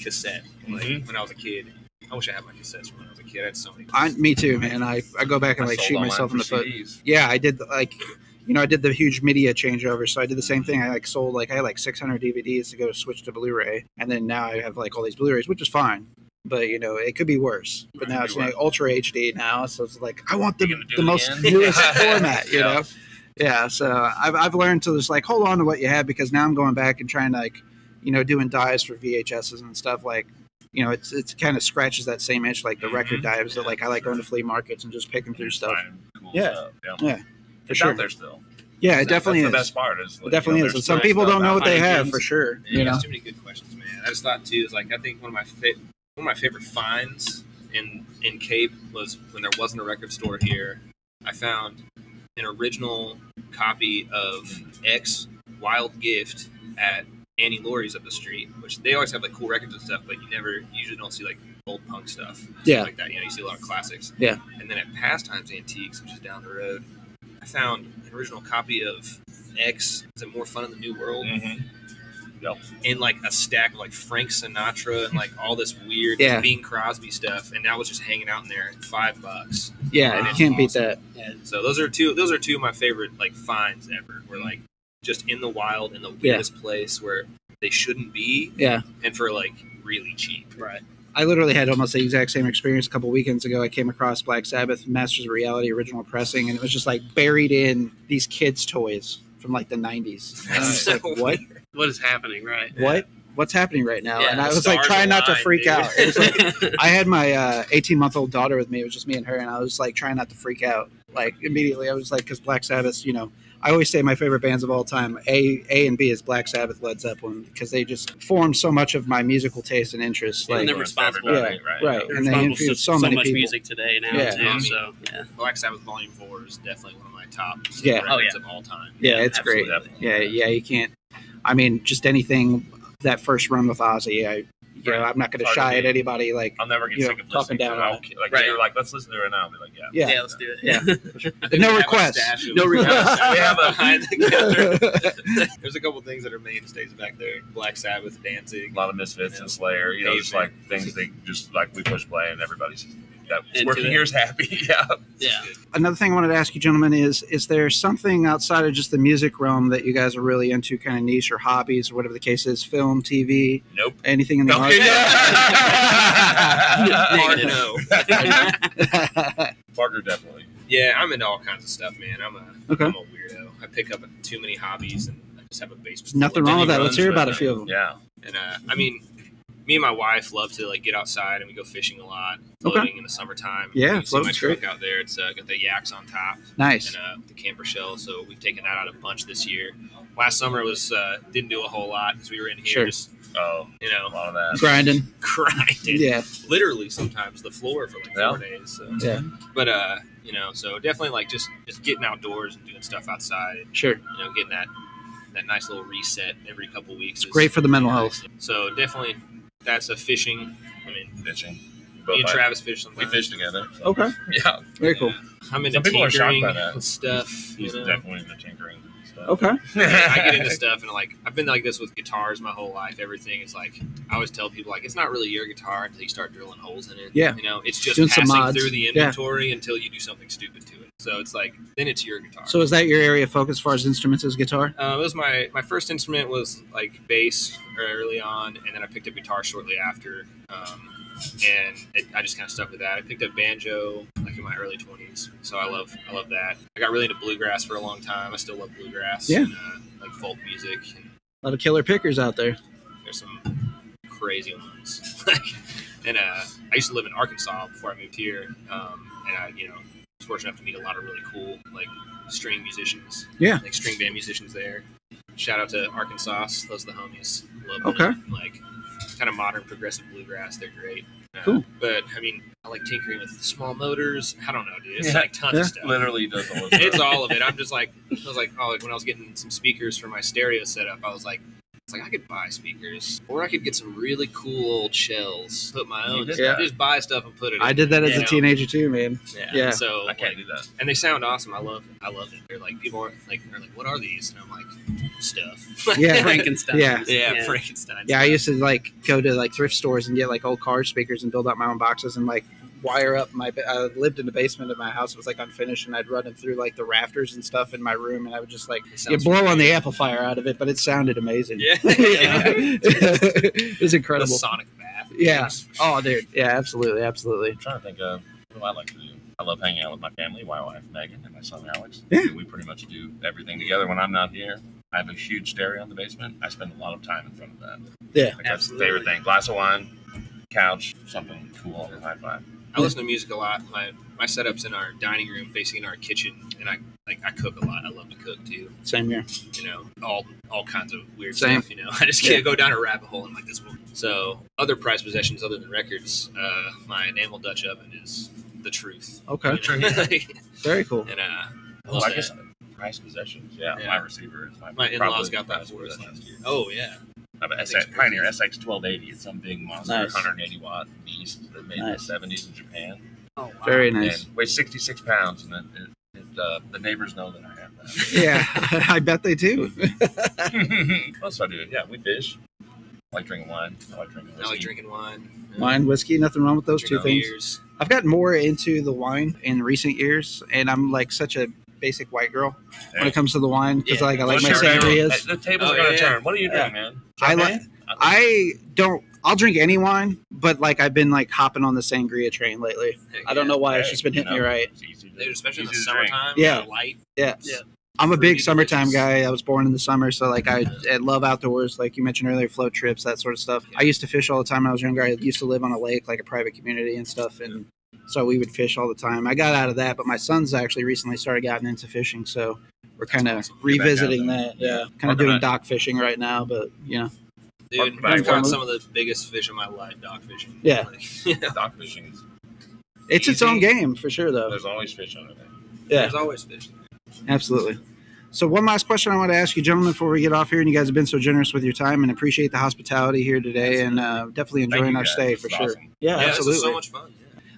cassette like, Mhm. when I was a kid. I wish I had my cassettes from when I was a kid. I had so many. I, me too, man. I, I go back and like I sold shoot all mine myself in the for foot. CDs. Yeah, I did like, you know, I did the huge media changeover, so I did the same thing. I like sold like I had like 600 DVDs to go switch to Blu-ray, and then now I have like all these Blu-rays, which is fine. but you know it could be worse. It But now could it's be you know, worse. ultra HD now, so it's like I want the, You gonna do the it most again? newest format, you Yeah. know. Yeah, so I've I've learned to just like hold on to what you have because now I'm going back and trying to like you know doing dives for VHSs and stuff like you know it's it's kind of scratches that same itch like the record Mhm. dives that like I like going to flea markets and just picking through Just stuff finding cool Yeah. stuff, Yeah. Yeah, for It's sure. out there still. Yeah, it That- definitely that's is. The best part is like, It definitely you know, is. there's And some nice people stuff don't know out what they there. have gems. for sure. Yeah, You know, There's too many good questions, man. I just thought too is like I think one of my fa- one of my favorite finds in in Cape was when there wasn't a record store here. I found an original copy of X Wild Gift at Annie Laurie's up the street, which they always have like cool records and stuff, but you never you usually don't see like old punk stuff. Yeah. Like that. You know, you see a lot of classics. Yeah. And then at Pastimes Antiques, which is down the road, I found an original copy of X is it more fun in the new world? Mhm. in like a stack of like Frank Sinatra and like all this weird Yeah. Bing Crosby stuff, and that was just hanging out in there at five bucks. yeah, you Wow. can't beat that. So those are two. Those are two of my favorite like finds ever. Were like just in the wild in the Yeah. weirdest place where they shouldn't be, Yeah, and for like really cheap. Right. I literally had almost the exact same experience a couple weekends ago. I came across Black Sabbath, Masters of Reality, original pressing, and it was just like buried in these kids' toys from like the '90s. And I was So like, what? What is happening? Right. What? What's happening right now? Yeah, and I the was like stars trying not to aligned, freak dude. out. It was like, I had my 18 month old daughter with me. It was just me and her, and I was like trying not to freak out. Like immediately, I was like, because Black Sabbath, you know, I always say my favorite bands of all time, A A and B is Black Sabbath, Led Zeppelin, because they just formed so much of my musical taste and interest. And Like, they're responsible. yeah, Everybody, right? right, They're and they responsible for influenced so, so so many much people. music today now Yeah. too. So yeah. Black Sabbath Volume Four is definitely one of my top Yeah. records Oh, yeah. of all time. Yeah, it's Absolutely, great. definitely. Yeah, yeah, you can't. I mean, just anything that first run with Ozzy, I, you know, I'm not going to Hard to Uh, shy at beat. anybody. Like, I'll never get You know, sick of talking listening down to it. on I'll- Like Right. you're like, let's listen to it now. I'll be like, yeah. yeah, let's do it. Yeah. We no have a requests. stash of- No we have a stash We have a- behind the counter. There's a couple things that are mainstays back there: Black Sabbath, Danzig. A lot of Misfits and Slayer, you know, just like things they just like we push play and everybody's that Into working it. here's happy. Yeah. Yeah. Another thing I wanted to ask you, gentlemen, is is there something outside of just the music realm that you guys are really into, kind of niche or hobbies or whatever the case is, film, TV, Nope. anything in the Okay, Hard to yeah. know. arts? Parker definitely. Yeah, I'm into all kinds of stuff, man. I'm a Okay. am a weirdo. I pick up too many hobbies, and I just have a basement. full Nothing of wrong with them. that. Let's hear Runs, about but, a few of them. Yeah. And uh, I mean, me and my wife love to like get outside and we go fishing a lot, Okay. floating in the summertime. Yeah, you can see my floating's truck out there. It's uh, got the yaks on top Nice. and uh, the camper shell. So we've taken that out a bunch this year. Last summer was uh, didn't do a whole lot because we were in here Sure. just Oh, you a know lot of that. Grinding. grinding, Yeah. literally sometimes the floor for like four days. So. Yeah. But uh, you know, so definitely like just just getting outdoors and doing stuff outside. Sure. you know, getting that that nice little reset every couple weeks. is Great for the mental really health. nice. So definitely, that's a fishing. I mean, Fishing. me Both and like- Travis fish we sometimes. fish together. so. Okay. Yeah. Very cool. Yeah. I'm into Some people are shocked by tinkering that. and stuff. You He's know? definitely into tinkering stuff. Okay. I get into stuff and like I've been like this with guitars my whole life. Everything is like I always tell people like it's not really your guitar until you start drilling holes in it. Yeah. you know, it's just Doing some passing mods. through the Yeah. inventory until you do something stupid to it. So it's like then it's your guitar. So is that your area of focus as far as instruments as guitar? Uh, it was my my first instrument was like bass early on, and then I picked up guitar shortly after, um, and it, I just kind of stuck with that. I picked up banjo like in my early twenties, so I love I love that. I got really into bluegrass for a long time. I still love bluegrass. Yeah. and, uh, like folk music. And A lot of killer pickers out there. there's some crazy ones. Like, and uh, I used to live in Arkansas before I moved here, um, and I you know was fortunate enough to meet a lot of really cool like string musicians Yeah. like string band musicians there. Shout out to Arkansas, those are the homies. Love Okay. them. Like kind of modern progressive bluegrass, they're great. Uh, Cool. But I mean, I like tinkering with small motors. I don't know, dude. It's Yeah. like tons Yeah. of stuff. Literally does all of It's that. all of it. I'm just like, I was like, oh, like when I was getting some speakers for my stereo setup, I was like, it's like I could buy speakers, or I could get some really cool old shells, put my You own. did stuff- that. Just buy stuff and put it. I in. did that as You a know? teenager too, man. Yeah. Yeah. So I can't like, do that. and they sound awesome. I love, I love it. They're like people are like, are like, what are these? And I'm like, stuff. Yeah. Frankenstein. Yeah. Yeah, Frankenstein. Yeah, I used to like go to like thrift stores and get like old car speakers and build out my own boxes and like wire up my. ba- I lived in the basement of my house; it was like unfinished, and I'd run it through like the rafters and stuff in my room, and I would just like It you sounds blow on great. the amplifier out of it, but it sounded amazing. Yeah. it was The incredible. sonic bath. half. Of the Yeah. things. Oh, dude. Yeah, absolutely, absolutely. I'm trying to think of what do I like to do. I love hanging out with my family, my wife Megan, and my son Alex. Yeah. We pretty much do everything together when I'm not here. I have a huge stereo in the basement. I spend a lot of time in front of that. Yeah. Like, that's the Absolutely. favorite thing. Glass of wine, couch, something cool on the high five. I listen to music a lot. My my setup's in our dining room, facing our kitchen, and I like I cook a lot. I love to cook too. Same here. You know, all all kinds of weird Same. stuff. You know, I just Yeah. can't go down a rabbit hole and like this one. So other prized possessions other than records, uh, my enamel Dutch oven is the truth. Okay. You know? Very cool. and uh, Oh, Love I that. guess prize possessions. Yeah, Yeah. my receiver is my, my in-laws probably got that prized for us possession. last year. Oh yeah. I have an Thanks SX, for Pioneer this. SX 1280. It's some big monster, Nice. 180 watt beast that made Nice. in the 70s in Japan. Oh, wow. Very nice. And weighs 66 pounds, and it, it, it, uh, the neighbors know that I have that. Yeah, I bet they do. what else do I do? Yeah, we fish. I like drinking wine. I like drinking I whiskey. like drinking wine. Yeah. Wine, whiskey, nothing wrong with those two Drinking things. beers. I've gotten more into the wine in recent years, and I'm like such a basic white girl when Yeah. it comes to the wine because Yeah. like I like What's my your favorite- sangrias. The table's Oh, gonna yeah, yeah. turn. What are you doing, Yeah. man? I Champagne? like. I don't. I'll drink any wine, but like I've been like hopping on the sangria train lately. Heck, I don't yeah. know why Hey, it's just been you hitting me know, right. it's easy to- Dude, especially in the easy to drink. summertime. Yeah. the light. Yeah. Yeah. I'm a Fruity, big summertime delicious. guy. I was born in the summer, so like I, I love outdoors. Like you mentioned earlier, float trips, that sort of stuff. I used to fish all the time when I was younger. I used to live on a lake, like a private community and stuff, and so we would fish all the time. I got out of that, but my son's actually recently started getting into fishing, so we're kind of Get back out revisiting there. that. Yeah. Yeah, kind of Working on doing it. dock fishing right now, but you know, Dude, Right. I've caught some of the biggest fish in my life, dog fishing. Yeah. Like, you know, Dock fishing. is- it's its Easy. own game for sure, though. There's always fish on it. Yeah. There's always fish. Absolutely. So one last question I want to ask you, gentlemen, before we get off here, and you guys have been so generous with your time and appreciate the hospitality here today, and uh, definitely Thank enjoying you our guys. stay This for is sure. awesome. Yeah, Yeah, absolutely. This is so much fun. Yeah.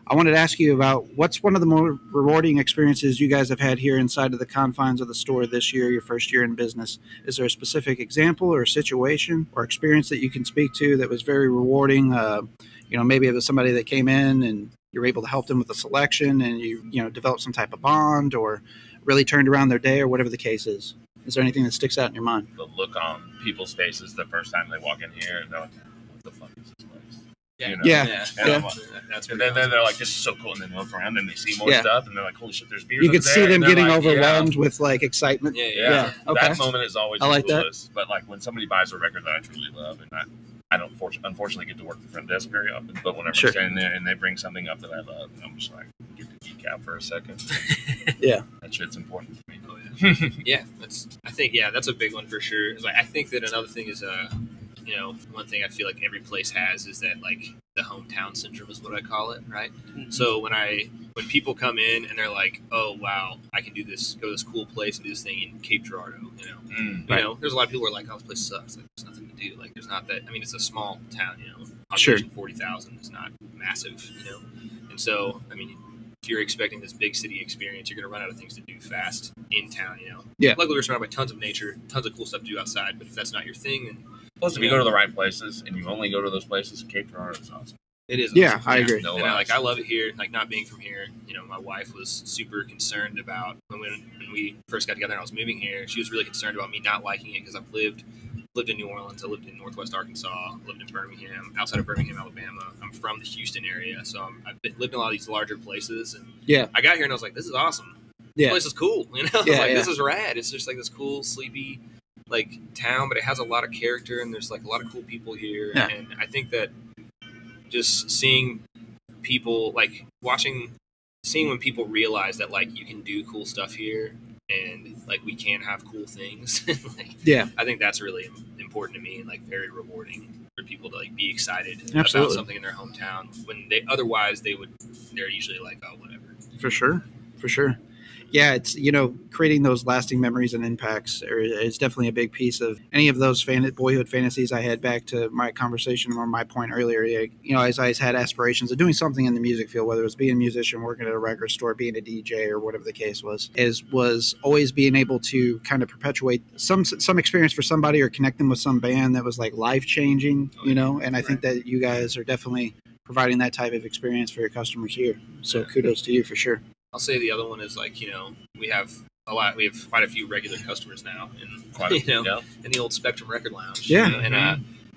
I wanted to ask you about what's one of the more rewarding experiences you guys have had here inside of the confines of the store this year, your first year in business. Is there a specific example or situation or experience that you can speak to that was very rewarding? Uh, you know, maybe it was somebody that came in and you were able to help them with a selection and you, you know, developed some type of bond or really turned around their day or whatever the case is. Is there anything that sticks out in your mind? The look on people's faces the first time they walk in here, and they're like, "What the fuck is this place?" You know? Yeah. And Yeah. I'm like- That- That's And pretty then, awesome. then they're like, "This is so cool," and then they look around and they see more Yeah. stuff, and they're like, "Holy shit, there's beers!" You up could see there," them and they're getting like, "Yeah." overwhelmed with like excitement. Yeah, yeah. Yeah. Yeah. Okay. That moment is always I the like that. coolest. But like when somebody buys a record that I truly love, and I, I don't fortu- unfortunately get to work the front desk very often, but whenever Sure. I'm standing there and they bring something up that I love, and I'm just like, get to geek out for a second. Yeah. that shit's important to me. Oh, yeah. yeah, that's. I think yeah, that's a big one for sure. It's Like, I think that another thing is uh, you know, one thing I feel like every place has is that like the hometown syndrome is what I call it, right? So when I when people come in and they're like, oh wow, I can do this, go to this cool place and do this thing in Cape Girardeau, you know. Mm. You know, there's a lot of people who are like, "Oh, this place sucks. Like, there's nothing to do. Like, there's not that. I mean, it's a small town. You know, Sure. forty thousand is not massive. You know, and so I mean, if you're expecting this big city experience, you're going to run out of things to do fast in town. You know, Yeah. Luckily, we're surrounded by tons of nature, tons of cool stuff to do outside. But if that's not your thing, then Plus, if you Yeah. go to the right places and you only go to those places, Cape Girardeau is awesome. it is. Yeah, awesome. I agree. No and I, lies. like I love it here. Like not being from here, you know, my wife was super concerned about when we, when we first got together and I was moving here. She was really concerned about me not liking it because I've lived lived in New Orleans, I lived in Northwest Arkansas, lived in Birmingham, outside of Birmingham, Alabama. I'm from the Houston area, so I'm, I've been, lived in a lot of these larger places. And Yeah. I got here and I was like, this is awesome. Yeah. This place is cool. You know, I was Yeah, like yeah. this is rad. It's just like this cool sleepy like town, but it has a lot of character and there's like a lot of cool people here. Yeah. And I think that just seeing people like watching seeing when people realize that like you can do cool stuff here and like we can have cool things like, Yeah. i think that's really im- important to me and like very rewarding for people to like be excited Absolutely. about something in their hometown when they otherwise they would they're usually like oh whatever For sure. For sure. Yeah, it's you know creating those lasting memories and impacts are- is definitely a big piece of any of those fan- boyhood fantasies I had. Back to my conversation or my point earlier, yeah, you know, I always had aspirations of doing something in the music field, whether it was being a musician, working at a record store, being a DJ, or whatever the case was. Is was always being able to kind of perpetuate some some experience for somebody or connect them with some band that was like life changing, you know. And I think that you guys are definitely providing that type of experience for your customers here. So kudos to you for sure. i'll say the other one is like you know we have a lot we have quite a few regular customers now and Quite a, you know yeah. Mm-hmm. in the old spectrum record lounge Yeah. you know, and uh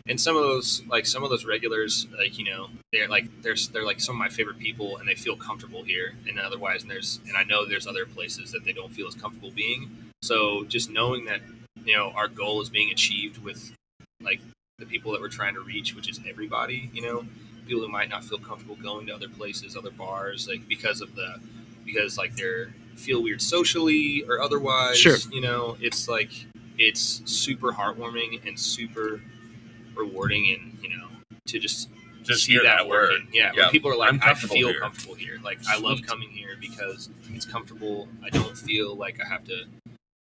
and some of those like some of those regulars like you know they're like there's they're like some of my favorite people and they feel comfortable here and otherwise and there's and i know there's other places that they don't feel as comfortable being so just knowing that you know our goal is being achieved with like the people that we're trying to reach which is everybody you know people who might not feel comfortable going to other places other bars like because of the because like they're feel weird socially or otherwise Sure. you know it's like it's super heartwarming and super rewarding and you know to just Just see hear that word. working. Yeah, Yeah. when people are like, I'm i comfortable feel here." comfortable here. Like I love coming here because it's comfortable. I don't feel like I have to,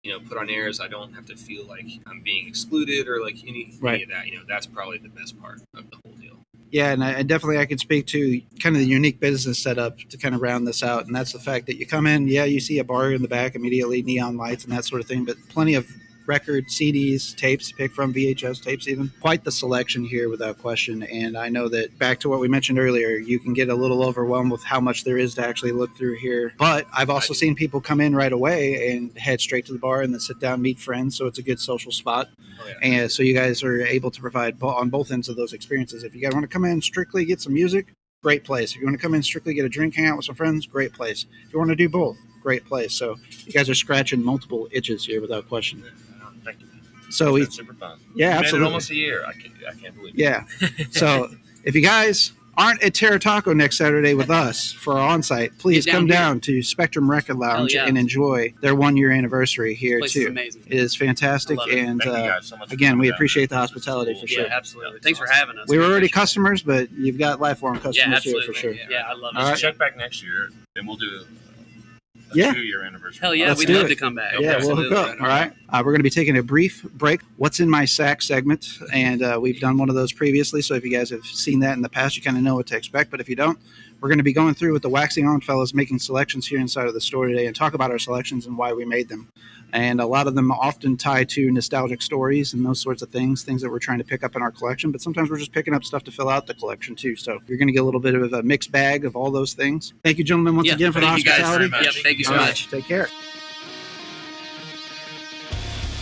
you know, put on airs. I don't have to feel like I'm being excluded or like any, Right. any of that. You know, that's probably the best part of the whole deal. Yeah, and I, I definitely I could speak to kind of the unique business setup to kind of round this out, and that's the fact that you come in, yeah, you see a bar in the back immediately, neon lights and that sort of thing, but plenty of record CDs, tapes to pick from, VHS tapes even. Quite the selection here without question. And I know that back to what we mentioned earlier, you can get a little overwhelmed with how much there is to actually look through here. But I've also I- seen people come in right away and head straight to the bar and then sit down, meet friends, so it's a good social spot. Oh, yeah. And so you guys are able to provide bo- on both ends of those experiences. If you guys want to come in strictly get some music, great place. If you want to come in strictly get a drink, hang out with some friends, great place. If you want to do both, great place. So you guys are scratching multiple itches here without question. Thank you. So we, It's super fun. yeah, Made it Oh, e absolutely. almost a year. I can't, I can't believe it. Yeah. So if you guys aren't at Terra Taco next Saturday with us for our on-site, please Get down come here. Oh, down to Spectrum Record Lounge yeah. and enjoy their one-year anniversary here place is too. amazing. It is fantastic, I love it. and Thank you uh, guys so much. for again, coming we down. appreciate the This is hospitality cool. for yeah, sure. absolutely. It's Thanks for awesome. having us. We were already appreciate it. customers, but you've got lifelong Yeah, customers here absolutely. for sure. Yeah, I love it. All Let's right. check back next year, and we'll do uh, a Yeah. two-year anniversary. Hell yeah, Let's we'd do love it. to come back. Yeah, we'll hook Absolutely. up. All right. Uh, we're going to be taking a brief break. What's in my sack segment, and uh, we've done one of those previously. So if you guys have seen that in the past, you kind of know what to expect. But if you don't, we're going to be going through with the waxing on fellas, making selections here inside of the store today, and talk about our selections and why we made them. And a lot of them often tie to nostalgic stories and those sorts of things, things that we're trying to pick up in our collection. But sometimes we're just picking up stuff to fill out the collection too. So you're going to get a little bit of a mixed bag of all those things. Thank you, gentlemen, once Yeah, again for the thank you guys very hospitality. much. Yep, thank you so All right, much. Take care.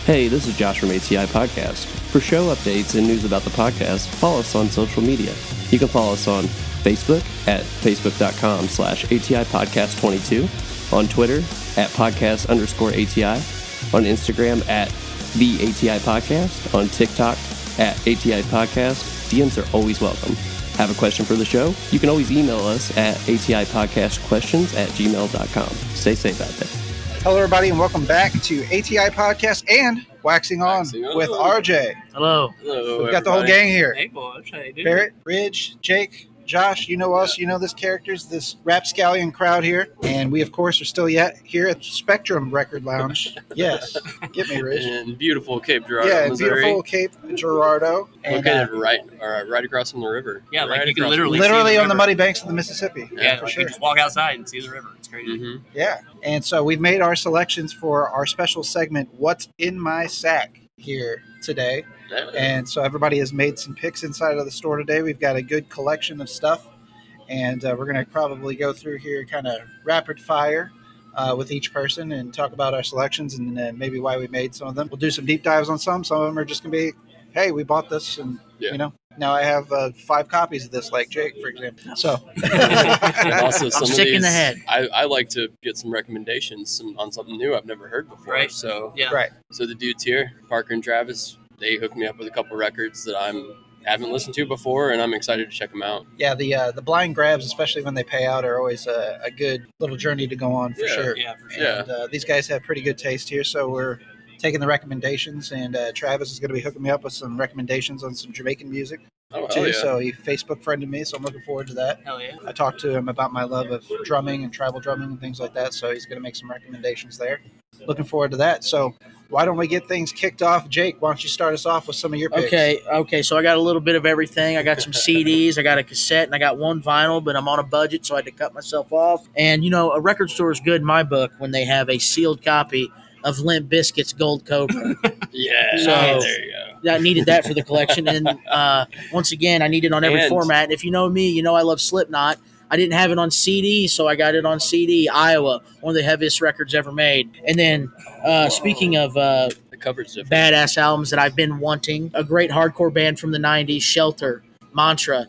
Hey, this is Josh from ACI Podcast. For show updates and news about the podcast, follow us on social media. You can follow us on Facebook at facebook.com slash ATI Podcast 22, on Twitter at podcast underscore ATI, on Instagram at the ATI Podcast, on TikTok at ATI Podcast. DMs are always welcome. Have a question for the show? You can always email us at ATI Podcast Questions at gmail.com. Stay safe out there. Hello, everybody, and welcome back to ATI Podcast and Waxing On Waxing On. with RJ. Hello. Hello, We've got the whole everybody. gang here Hey, boys. How you doing? Barrett, Ridge, Jake, Josh. You know us, you know this characters, this rapscallion crowd here. And we, of course, are still yet here at Spectrum Record Lounge. Yes, get me, Ridge. in beautiful Cape Girardeau, Yeah, in Missouri, beautiful Cape Girardeau. And, uh, located right or uh, right across from the river. Yeah, like Right you can across literally, literally see on the river. muddy banks of the Mississippi. Yeah, for like sure. you just walk outside and see the river. It's from- crazy. Mhm. Yeah. And so we've made our selections for our special segment, What's in My Sack, here today. That- And so everybody has made some picks inside of the store today. We've got a good collection of stuff, and uh, we're going to probably go through here kind of rapid fire uh, with each person and talk about our selections and uh, maybe why we made some of them. We'll do some deep dives on some. Some of them are just going to be, hey, we bought this, and Yeah. you know. Now I have uh, five copies of this, like Jake, for example. So, and also, some sick of in these, the head. I, I like to get some recommendations some, on something new I've never heard before. Right. So Yeah. Right. So the dudes here, Parker and Travis, they hooked me up with a couple records that I'm haven't listened to before, and I'm excited to check them out. yeah, the uh, the blind grabs, especially when they pay out, are always a, a good little journey to go on for Yeah. sure. Yeah, for sure. Yeah. And uh, these guys have pretty good taste here, so we're taking the recommendations. And uh, Travis is going to be hooking me up with some recommendations on some Jamaican music Oh, too. hell yeah. So he Facebook friended me, so I'm looking forward to that. Hell yeah. I talked to him about my love of drumming and tribal drumming and things like that, so he's going to make some recommendations there. Looking forward to that. So why don't we get things kicked off? Jake, why don't you start us off with some of your picks? Okay, okay. So I got a little bit of everything. I got some CDs, I got a cassette, and I got one vinyl. But I'm on a budget, so I had to cut myself off. And you know, a record store is good in my book when they have a sealed copy of Limp Biscuits Gold Cobra. yeah. So- there you go. I needed that for the collection, and uh, once again, I need it on every And- format. And if you know me, you know I love Slipknot. I didn't have it on CD, so I got it on CD. Iowa, one of the heaviest records ever made. And then, uh, speaking of uh, The cover's different. badass albums that I've been wanting. A great hardcore band from the 90s, Shelter, Mantra.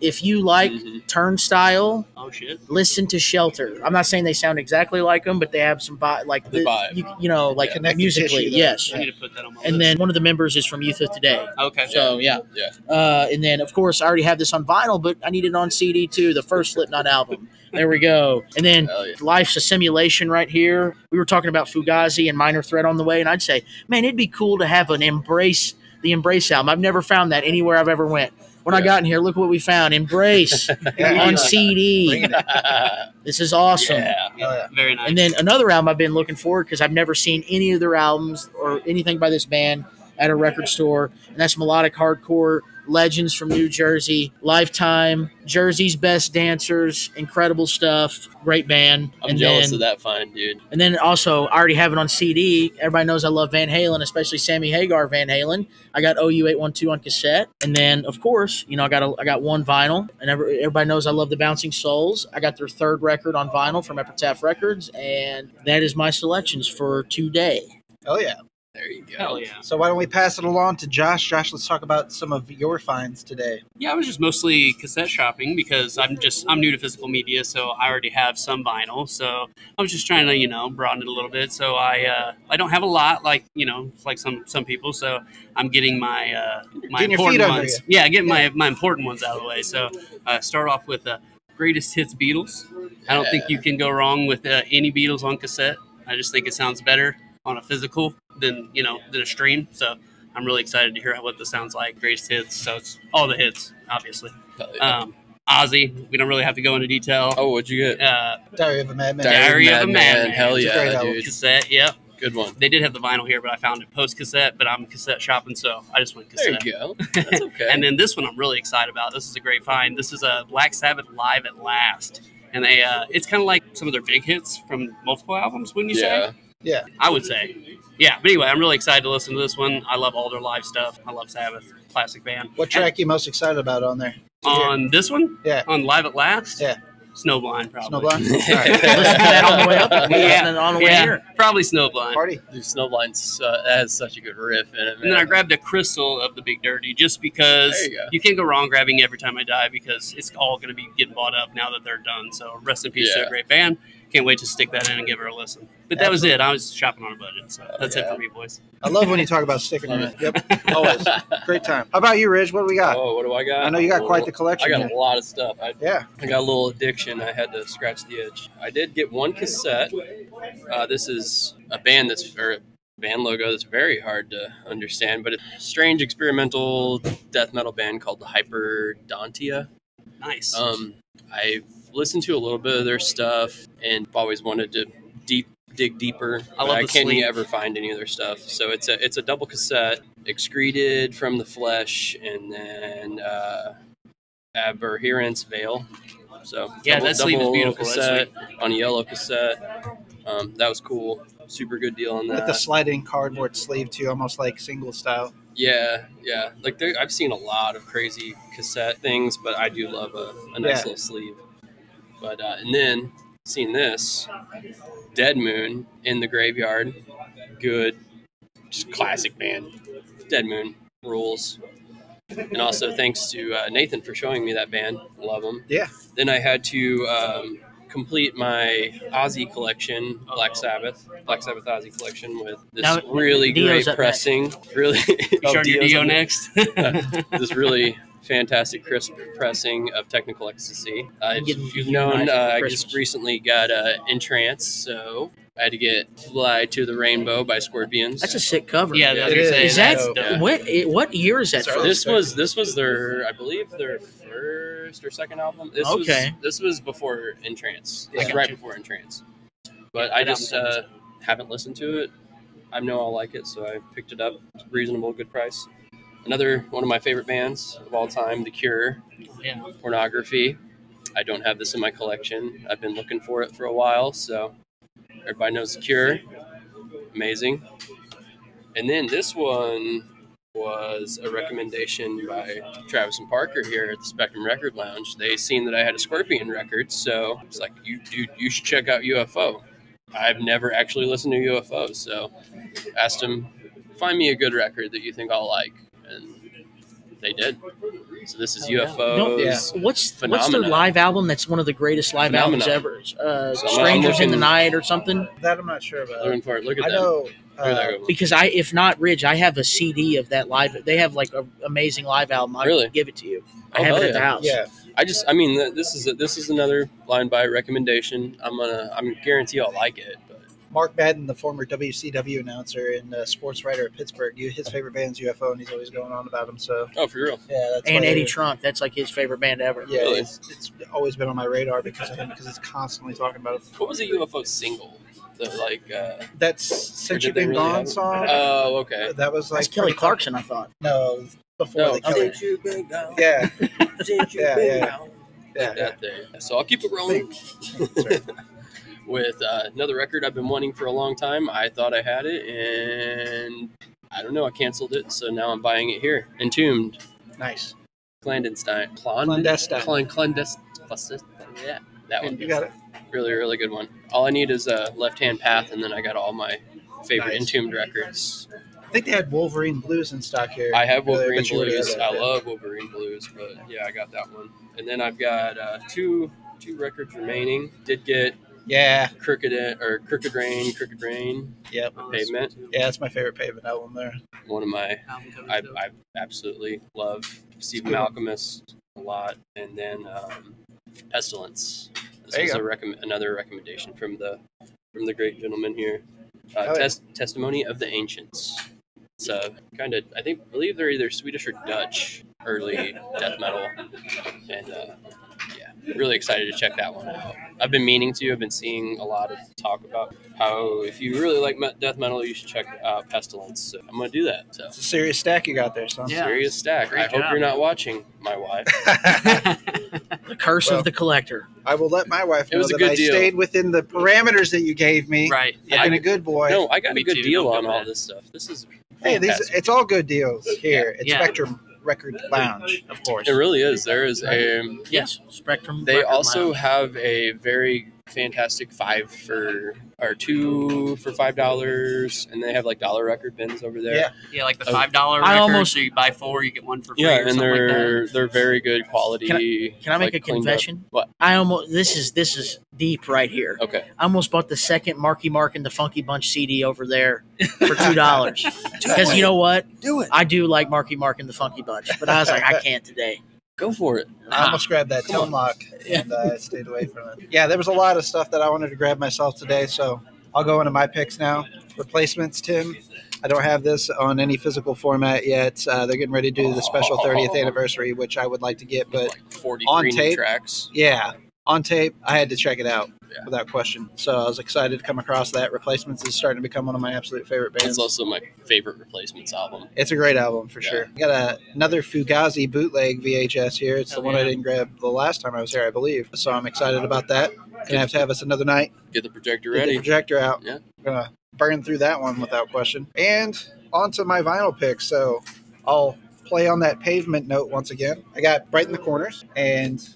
If you like Mhm. Turnstile, Oh shit. listen to Shelter. I'm not saying they sound exactly like them, but they have some vibe, like The vibe. You, you know, like Yeah. Connective musically, tissue there. yes. I need to put that on my And list. then one of the members is from Youth of Today. okay. So yeah, Yeah. Uh, and then of course I already have this on vinyl, but I need it on CD too. The first Slipknot album. There we go. And then Hell yeah. Life's a Simulation right here. We were talking about Fugazi and Minor Threat on the way, and I'd say, man, it'd be cool to have an Embrace, the Embrace album. I've never found that anywhere I've ever went. When I Yeah. got in here, look what we found. Embrace on CD. This is awesome. Yeah. Very nice. And then another album I've been looking for because I've never seen any of their albums or anything by this band at a record store, and that's melodic hardcore legends from New Jersey, Lifetime, Jersey's Best Dancers, incredible stuff, great band. I'm and jealous then, of that find, dude. And then also, I already have it on CD. Everybody knows I love Van Halen, especially Sammy Hagar Van Halen. I got OU812 on cassette, and then of course, you know, I got a, I got one vinyl, and every, everybody knows I love the Bouncing Souls. I got their third record on vinyl from Epitaph Records, and that is my selections for today. Oh yeah. There you go. Hell yeah. So why don't we pass it along to Josh? Josh, let's talk about some of your finds today. Yeah, I was just mostly cassette shopping because I'm just I'm new to physical media, so I already have some vinyl. So I was just trying to you know broaden it a little bit. So I uh, I don't have a lot like you know like some some people. So I'm getting my uh, my Getting your feet important under ones. Yeah, getting my my important ones out of the way. So uh, start off with uh, greatest hits Beatles. I don't think you can go wrong with uh, any Beatles on cassette. I just think it sounds better on a physical than you know than a stream. So I'm really excited to hear what this sounds like. Greatest hits, so it's all the hits, obviously. Hell yeah. Um, Ozzy, we don't really have to go into detail. oh, what'd you get? Uh, Diary of a Madman. Diary of a Madman. Hell It's a great yeah, album. dude. Uh, cassette, yep. Good one. They did have the vinyl here, but I found it post cassette. But I'm cassette shopping, so I just went There cassette. you go. That's okay. And then this one I'm really excited about. This is a great find. This is a Black Sabbath live at last, and they uh, it's kind of like some of their big hits from multiple albums. Wouldn't you say? yeah. I would say. Yeah, but anyway, I'm really excited to listen to this one. I love all their live stuff. I love Sabbath, classic band. What track you most excited about on there? On this one, Yeah. on Live at Last, Yeah. Snowblind probably. Snowblind. All right. Listen to that on the way up. Yeah. listen to it on the way yeah, here. probably Snowblind. Party. Dude, Snowblind uh, has such a good riff in it, man. And then I grabbed a crystal of the Big Dirty just because There you go. can't go wrong grabbing every time I die because it's all going to be getting bought up now that they're done. So rest in peace to Yeah. a great band. Can't wait to stick that in and give her a listen. But that was it. I was shopping on a budget, so that's it yeah. for me, boys. I love when you talk about sticking on it. Yep. Always. Great time. How about you, Ridge? What do we got? oh, what do I got? I know you got Oh, quite the I collection. got here. a lot of stuff. I, yeah. I got a little addiction. I had to scratch the itch. I did get one cassette. Uh, this is a band that's or a band logo that's very hard to understand, but it's a strange experimental death metal band called Hyperdontia. Nice. Um, I've listened to a little bit of their stuff and always wanted to deep dig deeper. I love but I the can't sleeve. ever find any of their stuff. So it's a it's a double cassette, excreted from the flesh, and then uh, aberherence veil. So Yeah, double, that sleeve is double beautiful. That Cassette on a yellow cassette. Um, that was cool. Super good deal on With that. the sliding cardboard sleeve too, almost like single style. yeah, yeah. Like there, I've seen a lot of crazy cassette things, but I do love a, a nice Yeah. little sleeve. But uh, and then seeing this, Dead Moon in the graveyard, good, just classic band. Dead Moon rules. And also thanks to uh, Nathan for showing me that band. Love them. Yeah. Then I had to um, complete my Ozzy collection, Black Sabbath, Black Sabbath Ozzy collection with this Now, really Dio's up great next. pressing, really you Oh, sure do Dio's Dio on there. next? this really fantastic crisp pressing of Technical Ecstasy. Uh, You if get you've demonized known, for uh, I Christmas. just recently got uh, Entrance, so I had to get Fly to the Rainbow by Scorpions. That's a sick cover. yeah, that's It is. say, Is that that's dope. Yeah. what? it- What year is that? Sorry, from? this was this was their I believe their first or second album. This Okay. was this was before Entrance. Yeah. Like right before Entrance. But I that just album's uh, haven't listened to it. I know I'll like it, so I picked it up. Reasonable, good price. Another one of my favorite bands of all time, The Cure. Yeah. pornography. I don't have this in my collection. I've been looking for it for a while, so everybody knows the cure. Amazing. And then this one was a recommendation by Travis and Parker here at the Spectrum Record Lounge. They seen that I had a Scorpion record, so it's like you dude, you should check out UFO. I've never actually listened to UFO, so asked him find me a good record that you think I'll like, and they did. So this is Oh, yeah. UFOs. Don't- What's what's their Phenomena. live album that's one of the greatest live Phenomena. albums ever? Uh, So I'm Strangers in the looking- Night or something? That I'm not sure about. Looking for it. Look at I that. know. Look at that Uh, good one. Because I, if not Ridge, I have a CD of that live. They have like an amazing live album. I Really? can give it to you. Oh, I have hell it at the yeah. house. yeah, I just, I mean, th- this is a, this is another blind buy recommendation. I'm gonna, I'm guarantee I'll like it. But Mark Madden, the former WCW announcer and uh, sports writer at Pittsburgh, you, his favorite band's UFO, and he's always going on about them. So oh, for real, yeah, that's and why Eddie they- Trunk. That's like his favorite band ever. Yeah, Really? it's, it's always been on my radar because of him because it's constantly talking about it. what was a UFO single? The like, uh, That's since Did you've they been really have gone it? song. oh, okay. that was like That's Kelly pretty- Clarkson, I thought. No, before No, the okay. Kelly. Yeah, yeah, yeah, yeah. yeah. That thing. So I'll keep it rolling Sorry. with uh, another record I've been wanting for a long time. I thought I had it, and I don't know. I canceled it, so now I'm buying it here. Entombed, Nice. clandestine, Clandestine. clandestine, clandestine. Yeah, that one. You got it. Really, really good one. All I need is a left hand path, and then I got all my favorite Nice. entombed records. I think they had Wolverine Blues in stock here. I have Really, Wolverine but you were the Blues. other I one. love Wolverine Blues, but yeah, I got that one. And then I've got uh, two two records remaining. Did get Yeah, Crooked uh, or Crooked Rain, Crooked Rain, yep. Pavement. Yeah, that's my favorite pavement album there. One of my Album cover I, too. I absolutely love Stephen Good one. Malcolmist a lot, and then um, Pestilence. This There you is a go. recomm another recommendation from the from the great gentleman here. Uh, Oh, yeah. tes- Testimony of the Ancients. It's a kind of I think believe they're either Swedish or Dutch early death metal, and uh, yeah, really excited to check that one out. I've been meaning to. I've been seeing a lot of talk about how if you really like me- death metal, you should check out Pestilence. So I'm gonna do that. So It's a serious stack you got there, son. Yeah. serious stack. Great I hope job. you're not watching, my wife. The Curse Well, of the Collector. I will let my wife It know was a that good I deal. stayed within the parameters that you gave me. right. I've I- been a good boy. no, I got Me a good too, deal don't on feel all bad. this stuff. This is hey, these, fantastic. it's all good deals here at Yeah. Spectrum Record Lounge, of course. it really is. There is a. Yes, Spectrum. They Record also Lounge. have a very fantastic five for or two for five dollars, and they have like dollar record bins over there. Yeah. Yeah, like the I- five dollar. I I almost- almost so you buy four, you get one for free. Oh. Yeah, or and something like that. they're they're very good quality. Can I make like, a cleaned up. confession? What? I almost this is this is deep right here. Okay, I almost bought the second Marky Mark and the Funky Bunch CD over there for two dollars. Because you know what? do it. I do like Marky Mark and the Funky Bunch, but I was like, I can't today. go for it. I almost grabbed that Come on. Telmock and uh, stayed away from it. Yeah, there was a lot of stuff that I wanted to grab myself today, so I'll go into my picks now. Replacements, Tim. I don't have this on any physical format yet. Uh, they're getting ready to do the special 30th anniversary, which I would like to get, but like forty on three new tape? tracks. Yeah, on tape, I had to check it out Yeah. without question. So I was excited to come across that. Replacements is starting to become one of my absolute favorite bands. It's also my favorite replacements album. It's a great album for Yeah. sure. I got a, another Fugazi bootleg VHS here. It's the Hell one I yeah. didn't grab the last time I was here, I believe. So I'm excited about that. Gonna have to have us another night. Get the projector Get the ready. projector out. Yeah. Gonna burn through that one without question. And onto my vinyl pick. So I'll play on that pavement note once again. I got Bright in the Corners, and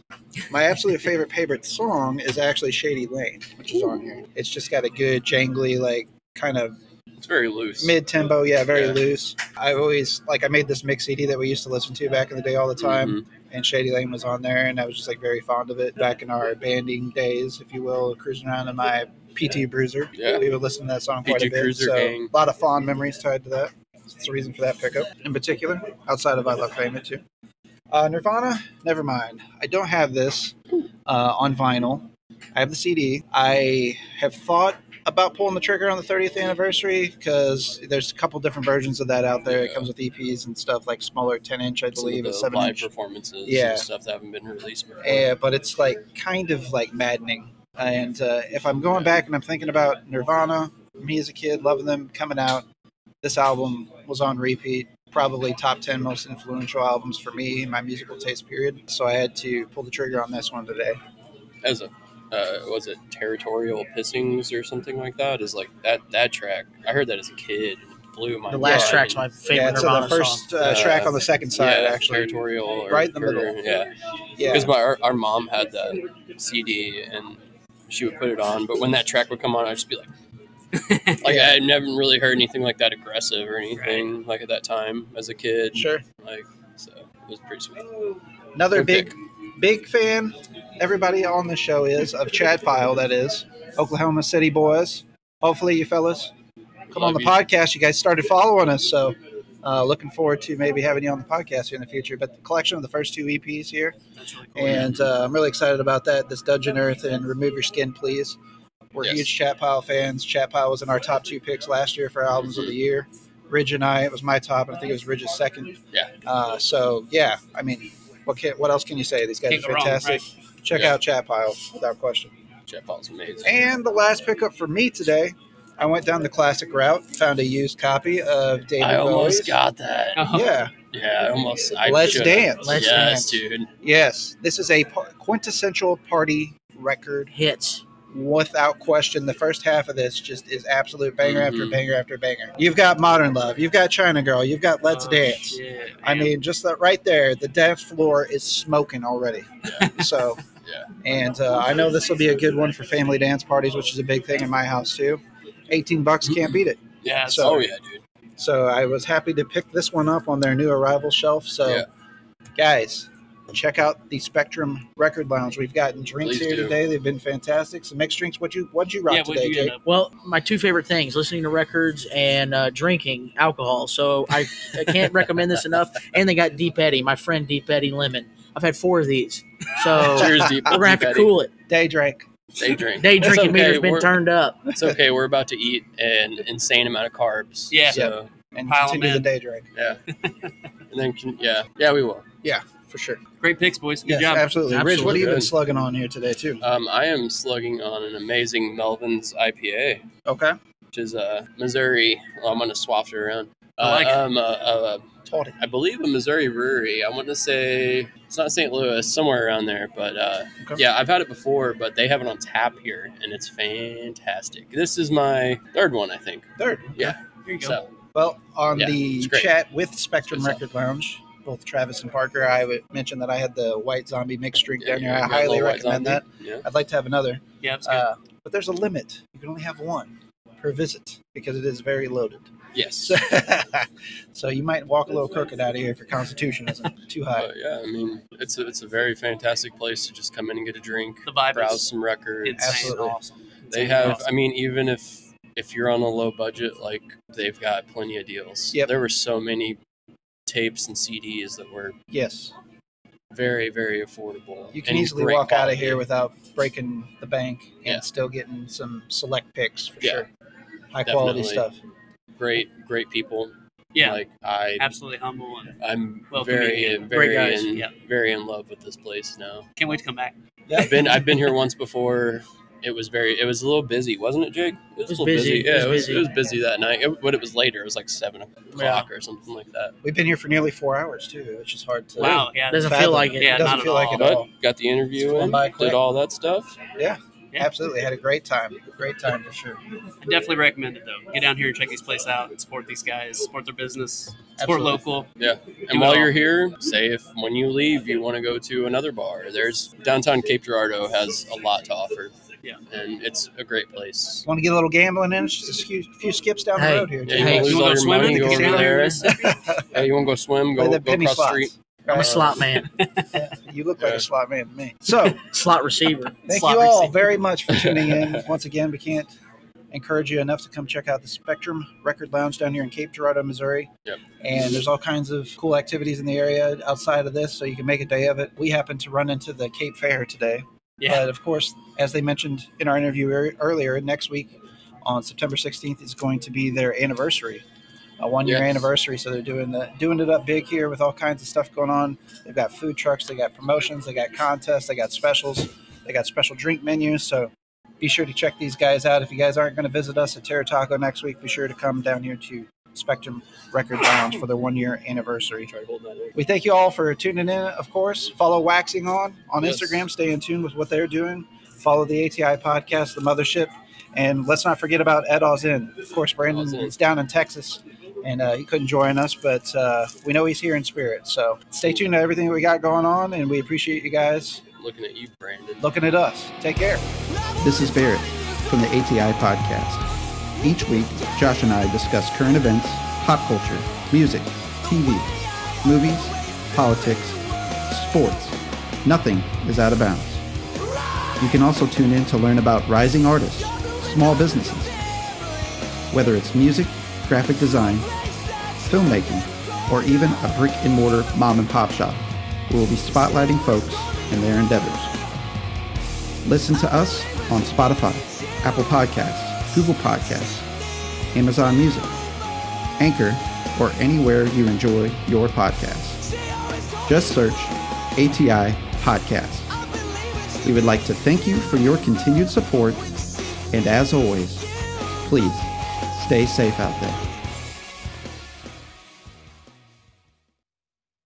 my absolute favorite favorite song is actually Shady Lane, which is on here. It's just got a good jangly, like kind of It's very loose. mid tempo, yeah, very Yeah. loose. I've always like I made this mix CD that we used to listen to back in the day all the time, Mhm. and Shady Lane was on there, and I was just like very fond of it back in our banding days, if you will, cruising around in my PT Bruiser. Yeah. we would listen to that song quite PT a bit. Cruiser so gang. a lot of fond memories tied to that. That's the reason for that pickup in particular, outside of I Love Payment too. Uh, Nirvana, never mind. I don't have this uh, on vinyl. I have the CD. I have thought about pulling the trigger on the 30th anniversary because there's a couple different versions of that out there. It comes with EPs and stuff like smaller 10 inch, I Some of believe, the and 7 live inch. performances Yeah. and stuff that haven't been released before. Yeah, Eh, but it's like kind of like maddening. And uh, if I'm going back and I'm thinking about Nirvana, me as a kid, loving them, coming out, this album was on repeat, probably top 10 most influential albums for me in my musical taste period. So I had to pull the trigger on this one today. As a uh, was it territorial pissings or something like that? Is like that that track. I heard that as a kid. and it Blew my The last mind. track's my favorite yeah, it's uh, Nirvana the first song. uh, track on the second side, yeah, actually. territorial, or, Right in the or- middle. Yeah, Yeah. because my our, our mom had that CD and she would put it on, but when that track would come on, I'd just be like, Like I had never really heard anything like that aggressive or anything like at that time as a kid. Sure. Like so, it was pretty sweet. Another Okay. big, big fan. Everybody on the show is of Chad Pyle. That is Oklahoma City boys. Hopefully, you fellas come on Love the you. podcast. You guys started following us, so uh, looking forward to maybe having you on the podcast here in the future. But the collection of the first two EPs here, Oh, and uh, I'm really excited about that. This Dungeon Earth and Remove Your Skin, please. We're Yes. huge Chat Pile fans. Chat Pile was in our top two picks last year for albums of the year. Ridge and I, it was my top, and I think it was Ridge's second. Yeah. Uh, so yeah, I mean, what can, what else can you say? These guys Can't are go wrong, fantastic. Check Yeah. out Chat Pile without question. Jet Paul's amazing. And the last pickup for me today, I went down the classic route, found a used copy of David I almost Bowie's. got that. Oh, yeah, Yeah, I almost. I Let's should've. Dance. Let's Dance. yes, dude. yes. This is a par- quintessential party record Hits. without question. The first half of this just is absolute banger after Mhm. banger after banger. You've got Modern Love, you've got China Girl, you've got Let's Oh, Dance. shit, I man. mean, just that right there, the dance floor is smoking already. So, Yeah. and uh, I know this will be a good one for family dance parties, which is a big thing in my house too. 18 bucks can't beat it. Yeah. So- oh yeah, dude. So I was happy to pick this one up on their new arrival shelf. So, Yeah. guys, check out the Spectrum Record Lounge. We've gotten drinks Please here do. today. They've been fantastic. Some mixed drinks. What'd you What'd you rock yeah, what'd today, you end Jake? up? Well, my two favorite things: listening to records and uh, drinking alcohol. So I, I can't recommend this enough. And they got Deep Eddy, my friend Deep Eddy Lemon. I've had four of these, so we're Cheers, deep. gonna have to cool it. Day drink. Day drink. Day It's drinking okay, meter's been we're- turned up. It's okay. We're about to eat an insane amount of carbs. Yeah. So, And Pile 'em continue the in. day drink and then can, yeah, yeah, we will. for sure. Great picks, boys. yes, Good job. absolutely. Rich, what have you been Absolutely. slugging on here today too? Um, I am slugging on an amazing Melvin's IPA, Okay, which is uh, Missouri. Well, I'm gonna swap it around. I like uh, it. um, uh, uh, taught it. I believe a Missouri brewery. I want to say it's not St. Louis, somewhere around there. But uh, Okay. yeah, I've had it before, but they have it on tap here, and it's fantastic. This is my third one, I think. Third. Here you go. So Well, on Yeah, the it's great. chat with Spectrum It's good Record Lounge, both Travis and Parker, I would mention that I had the White Zombie mixed drink down here. yeah, I got a highly little white recommend that. zombie. Yeah. I'd like to have another, Yeah, it's good. uh, but there's a limit. You can only have one per visit because it is very loaded. Yes. So, so you might walk a little crooked out of here if your constitution isn't too high. But Oh, yeah, I mean, it's a, it's a very fantastic place to just come in and get a drink, the vibe browse is some records. insane, Absolutely. awesome. They Insane, have, awesome. I mean, even if if you're on a low budget, like they've got plenty of deals. Yep. There were so many tapes and CDs that were Yes, very very affordable. you can and easily great walk out of quality. here without breaking the bank and Yeah. still getting some select picks for Yeah. sure. High quality Definitely. stuff. great great people. yeah, Like I absolutely humble and I'm welcoming very and very great guys, in, yeah. very in love with this place now. can't wait to come back. I've been I've been here once before. It was very it was a little busy, wasn't it, Jake? It was a little busy. It Yeah, was it was, busy. it was busy that night. It, but it was later. It was like seven o'clock or something like that. We've been here for nearly four hours too, which is hard to. Wow, yeah, Doesn't Fathom. feel like it. Yeah, doesn't not at feel like all. it. But got the interview It's in, flown Uh-huh. by quick. did all that stuff. Yeah. Absolutely, had a great time. Great time for sure. I definitely recommend it though. Get down here and check this place out and support these guys, support their business, support Absolutely. local. Do And it while all. you're here, say if when you leave you want to go to another bar. There's downtown Cape Girardeau has a lot to offer. Yeah. And it's a great place. Want to get a little gambling in? It's just a few, few skips down Hey. the road here. too. Yeah, you wanna you lose wanna all go your swimming? money, go Get down over there there. in Mississippi? Yeah, you want to go swim, Play go, the go penny across the slots. street. I'm Uh, a slot man, You look like Yeah. a slot man to me. So, slot receiver. thank Slot you all receiver. very much for tuning in. Once again, we can't encourage you enough to come check out the Spectrum Record Lounge down here in Cape Girardeau, Missouri. Yep. And there's all kinds of cool activities in the area outside of this, so you can make a day of it. We happened to run into the Cape Fair today. Yeah. But of course, as they mentioned in our interview ear- earlier, next week on September 16th is going to be their anniversary, a one year Yes. anniversary. So they're doing the doing it up big here with all kinds of stuff going on. They've got food trucks, they got promotions, they got contests, they got specials, they got special drink menus. So be sure to check these guys out. If you guys aren't going to visit us at Terra Taco next week, be sure to come down here to Spectrum Record Lounge for their one year anniversary. We thank you all for tuning in, of course. Follow Waxing On on Yes. Instagram. Stay in tune with what they're doing. Follow the ATI podcast, The Mothership. And let's not forget about Ed Oz Inn. Of course, Brandon Oz Inn. is down in Texas and uh, he couldn't join us, but uh, we know he's here in spirit. So stay tuned to everything we got going on, and we appreciate you guys Looking at you, Brandon. looking at us. Take care. This is Barrett from the ATI Podcast. Each week, Josh and I discuss current events, pop culture, music, TV, movies, politics, sports. Nothing is out of bounds. You can also tune in to learn about rising artists, small businesses, whether it's music, graphic design, filmmaking, or even a brick and mortar mom and pop shop. We will be spotlighting folks and their endeavors. Listen to us on Spotify, Apple Podcasts, Google Podcasts, Amazon Music, Anchor, or anywhere you enjoy your podcast. Just search ATI Podcast. We would like to thank you for your continued support, and as always, please stay safe out there.